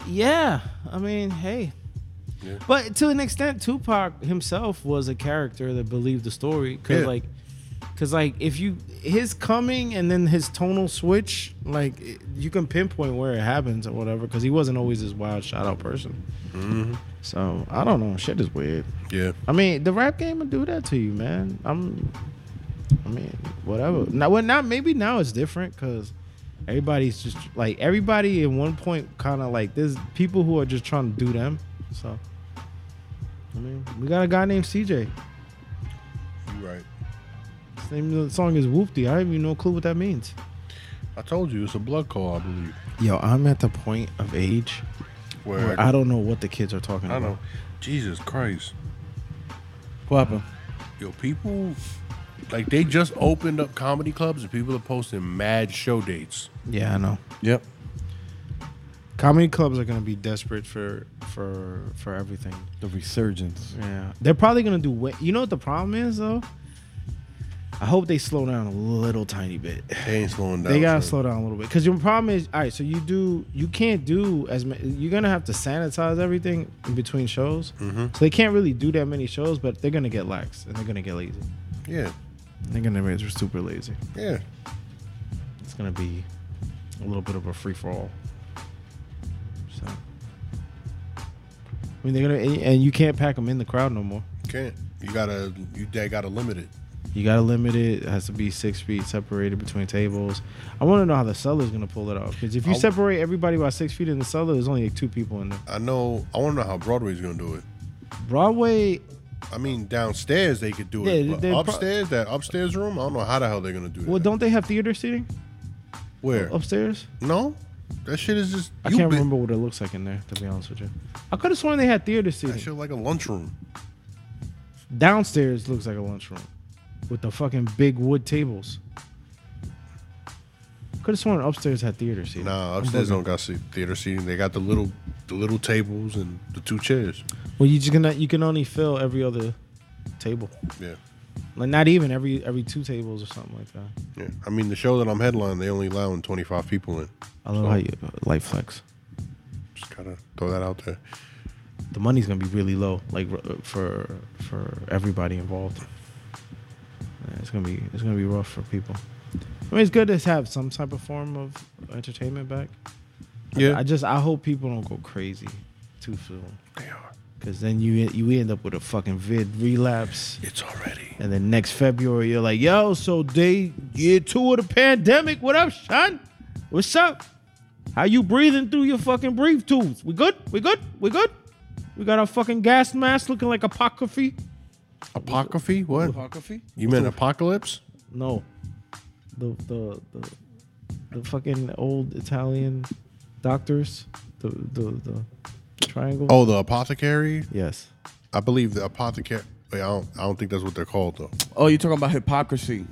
yeah, I mean, hey, Yeah. but to an extent, Tupac himself was a character that believed the story because Yeah. like, because like if you his coming and then his tonal switch, like it- you can pinpoint where it happens or whatever because he wasn't always this wild shout out person. Mm-hmm. So I don't know, shit is weird. yeah. I mean, the rap game will do that to you, man. I'm, I mean, whatever. Now, well, now maybe now it's different because everybody's just like everybody at one point kind of like there's people who are just trying to do them. So, I mean, we got a guy named CJ. You right. His name of the song is Whoopty. I have even no clue what that means. I told you it's a blood call. I believe. Yo, I'm at the point of age Where I don't know what the kids are talking I about. know. Jesus Christ. What happened? Yo, people like they just opened up comedy clubs and people are posting mad show dates. Yeah, I know. Yep. Comedy clubs are gonna be desperate for for for everything. The resurgence. Yeah, they're probably gonna do. Way- you know what the problem is though. I hope they slow down a little tiny bit. They ain't slowing down. They gotta son. slow down a little bit because your problem is all right. So you do you can't do as many. You're gonna have to sanitize everything in between shows. So they can't really do that many shows, but they're gonna get lax and they're gonna get lazy. Yeah, They're gonna be super lazy. yeah. It's gonna be a little bit of a free for all. So I mean they're gonna and- and you can't pack them in the crowd no more. Can't. You gotta. You they gotta limit it. You gotta limit it. It has to be six feet separated between tables. I want to know how the seller's gonna pull it off because if you I'll- separate everybody by six feet in the cellar, there's only like two people in there. I know. I want to know how Broadway's gonna do it. Broadway, I mean, downstairs they could do it, Yeah, they but pro- upstairs that upstairs room, I don't know how the hell they're gonna do it. well, don't they have theater seating Where? upstairs? No, that shit is just. I you can't been- remember what it looks like in there. To be honest with you, I could have sworn they had theater That seating. shit like a lunchroom. Downstairs looks like a lunchroom with the fucking big wood tables. Could have sworn upstairs had theater seating. Nah, upstairs don't got se- theater seating. They got the little, the little tables and the two chairs. Well, you just gonna you can only fill every other table, Yeah, like not even every every two tables or something like that. yeah. I mean, the show that I'm headlining, they only allowing 25 people in. I love how you uh, light flex. Just gotta throw that out there. The money's gonna be really low, like r- uh, for for everybody involved. Yeah, It's gonna be it's gonna be rough for people. I mean, it's good to have some type of form of entertainment back. Yeah, I just I hope people don't go crazy too soon. they are. Cause then you you end up with a fucking vid relapse, It's already. and then next February you're like, yo, so day year two of the pandemic. What up, son? What's up? How you breathing through your fucking breathe tubes? We good? We good? We good? We got our fucking gas mask looking like apocryphy. Apocryphy? What? Apocryphy? You meant apocalypse? No, the the the, the fucking old Italian doctors, the the the triangle. Oh, the apothecary? yes. I believe the apothecary. Wait, I don't. I don't think that's what they're called though. Oh, you're talking about hypocrisy.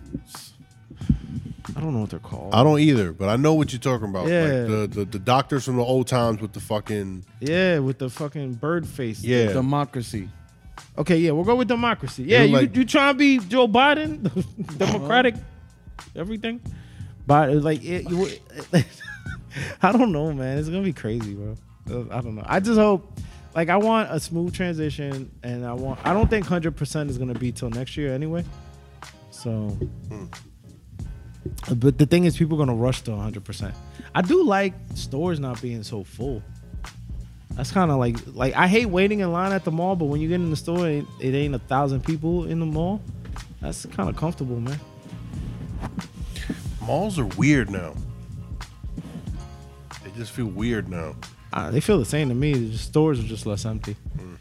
I don't know what they're called. I don't either, but I know what you're talking about. Yeah. Like the, the the doctors from the old times with the fucking yeah, with the fucking bird face. yeah. Democracy. Okay, yeah, we'll go with democracy. Yeah, look you, like- you trying to be Joe Biden, democratic, Uh-huh. everything. But uh, like, it, you, I don't know, man. It's gonna be crazy, bro. Uh, I don't know. I just hope, like, I want a smooth transition, and I want. I don't think hundred percent is gonna be till next year anyway. So, Hmm. but the thing is, people are gonna rush to hundred percent. I do like stores not being so full. That's kind of like like I hate waiting in line at the mall, but when you get in the store, it, it ain't a thousand people in the mall. That's kind of comfortable, man. malls are weird now. They just feel weird now. Uh, they feel the same to me. The stores are just less empty. Hmm.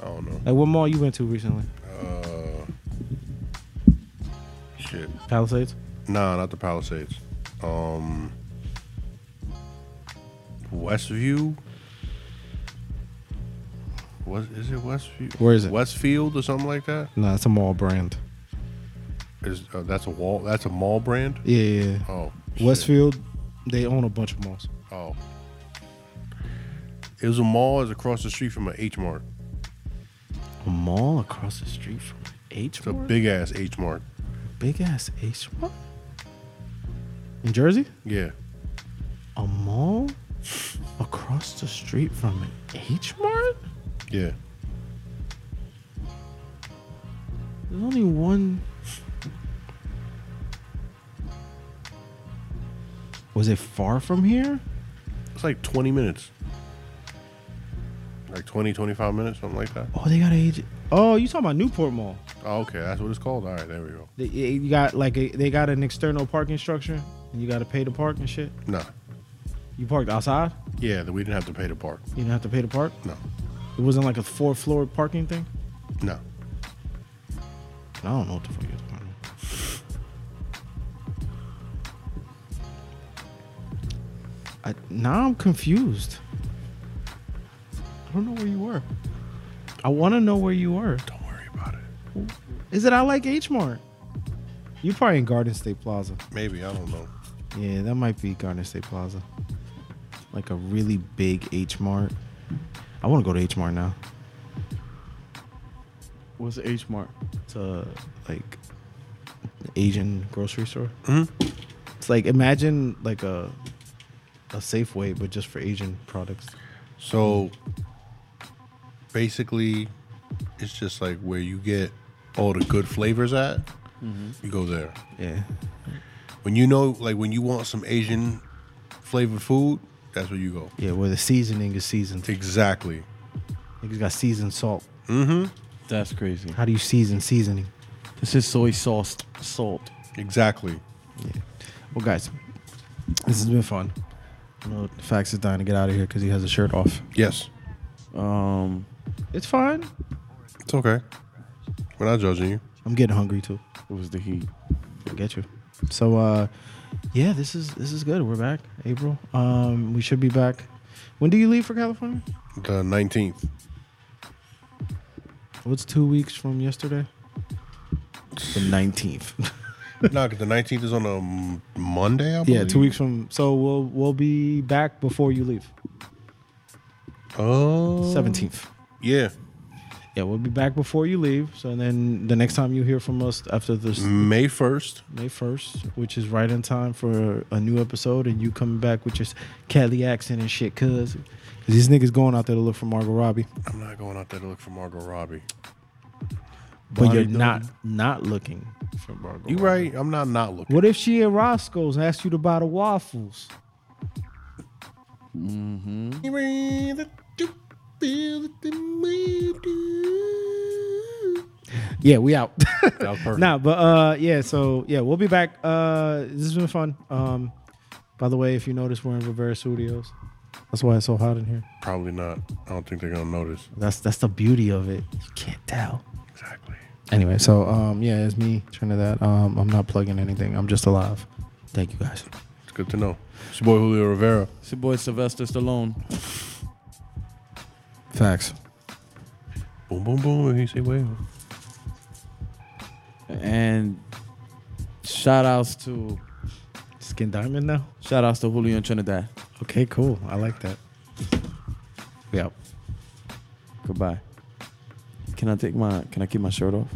I don't know. Like what mall you went to recently? Uh, shit. Palisades. Nah, not the Palisades. Um, Westview. What is it? Westview. Where is it? Westfield or something like that. No, it's a mall brand. Is uh, that's a wall? That's a mall brand. Yeah, yeah. yeah. Oh, shit. Westfield. They own a bunch of malls. Oh, it was a mall. Is across the street from an H Mart. A mall across the street from H It's a big ass H Mart. big ass H Mart in Jersey. Yeah, A mall across the street from an H Mart. yeah. There's only one. Was it far from here? It's like 20 minutes. Like 20, 25 minutes, something like that. Oh, they got a. Oh, you talking about Newport Mall? Oh, okay, that's what it's called. All right, there we go. They, you got like a, they got an external parking structure, and you got to pay to park and shit. Nah. You parked outside. Yeah, that we didn't have to pay to park. You didn't have to pay to park. No, It wasn't like a four floor parking thing. no. I don't know what the fuck you're talking about. I, now I'm confused. I don't know where you were. I want to know where you were. Don't worry about it. Is it I like H Mart? You probably in Garden State Plaza. Maybe I don't know. Yeah, that might be Garden State Plaza. Like a really big H Mart. I want to go to H Mart now. What's the H mark? It's a like Asian grocery store. It's like imagine like a a Safeway, but just for Asian products. So basically, it's just like where you get all the good flavors at. Mm-hmm. You go there Yeah, when you know, like when you want some Asian flavored food. That's where you go. yeah, where the seasoning is seasoned. Exactly. Niggas got seasoned salt. That's crazy. How do you season seasoning? This is soy sauce salt. Exactly. Well, guys, this has been fun. I know Fax is dying to get out of here because he has a shirt off. Yes. Um, It's fine. It's okay. We're not judging you. I'm getting hungry too. it was the heat. I get you. So, uh, yeah, this is this is good. We're back, April. Um, we should be back. When do you leave for California? The 19th. What's two weeks from yesterday? The nineteenth. no, 'cause the 19th is on a m- Monday, I yeah, believe. two weeks from. So we'll we'll be back before you leave. Oh. Seventeenth. Yeah. Yeah, we'll be back before you leave. So then the next time you hear from us after this May 1st. May 1st, which is right in time for a new episode, and you coming back with your Cali accent and shit, cuz. Cause these niggas going out there to look for Margot Robbie, I'm not going out there to look for Margot Robbie. but Bonnie you're Doon. not not looking for Margot. You Robbie. right. I'm not not looking. What if she at Roscoe's and asks you to buy the waffles? Yeah, we out. That was perfect. nah, but uh, yeah. So yeah, we'll be back. Uh, this has been fun. Um, by the way, if you notice, we're in Rivera Studios. That's why it's so hot in here. Probably not. I don't think they're gonna notice. That's that's the beauty of it. You can't tell. Exactly. Anyway, so um, yeah, it's me. Turn to that. Um, I'm not plugging anything. I'm just alive. Thank you guys. It's good to know. It's your boy Julio Rivera. It's your boy Sylvester Stallone. Facts. Boom, boom, boom. He say wave. And shout outs to Skin diamond now. shout outs to Julio and Trinidad. Okay, cool. I like that. We out. Goodbye. Can I take my can I keep my shirt off?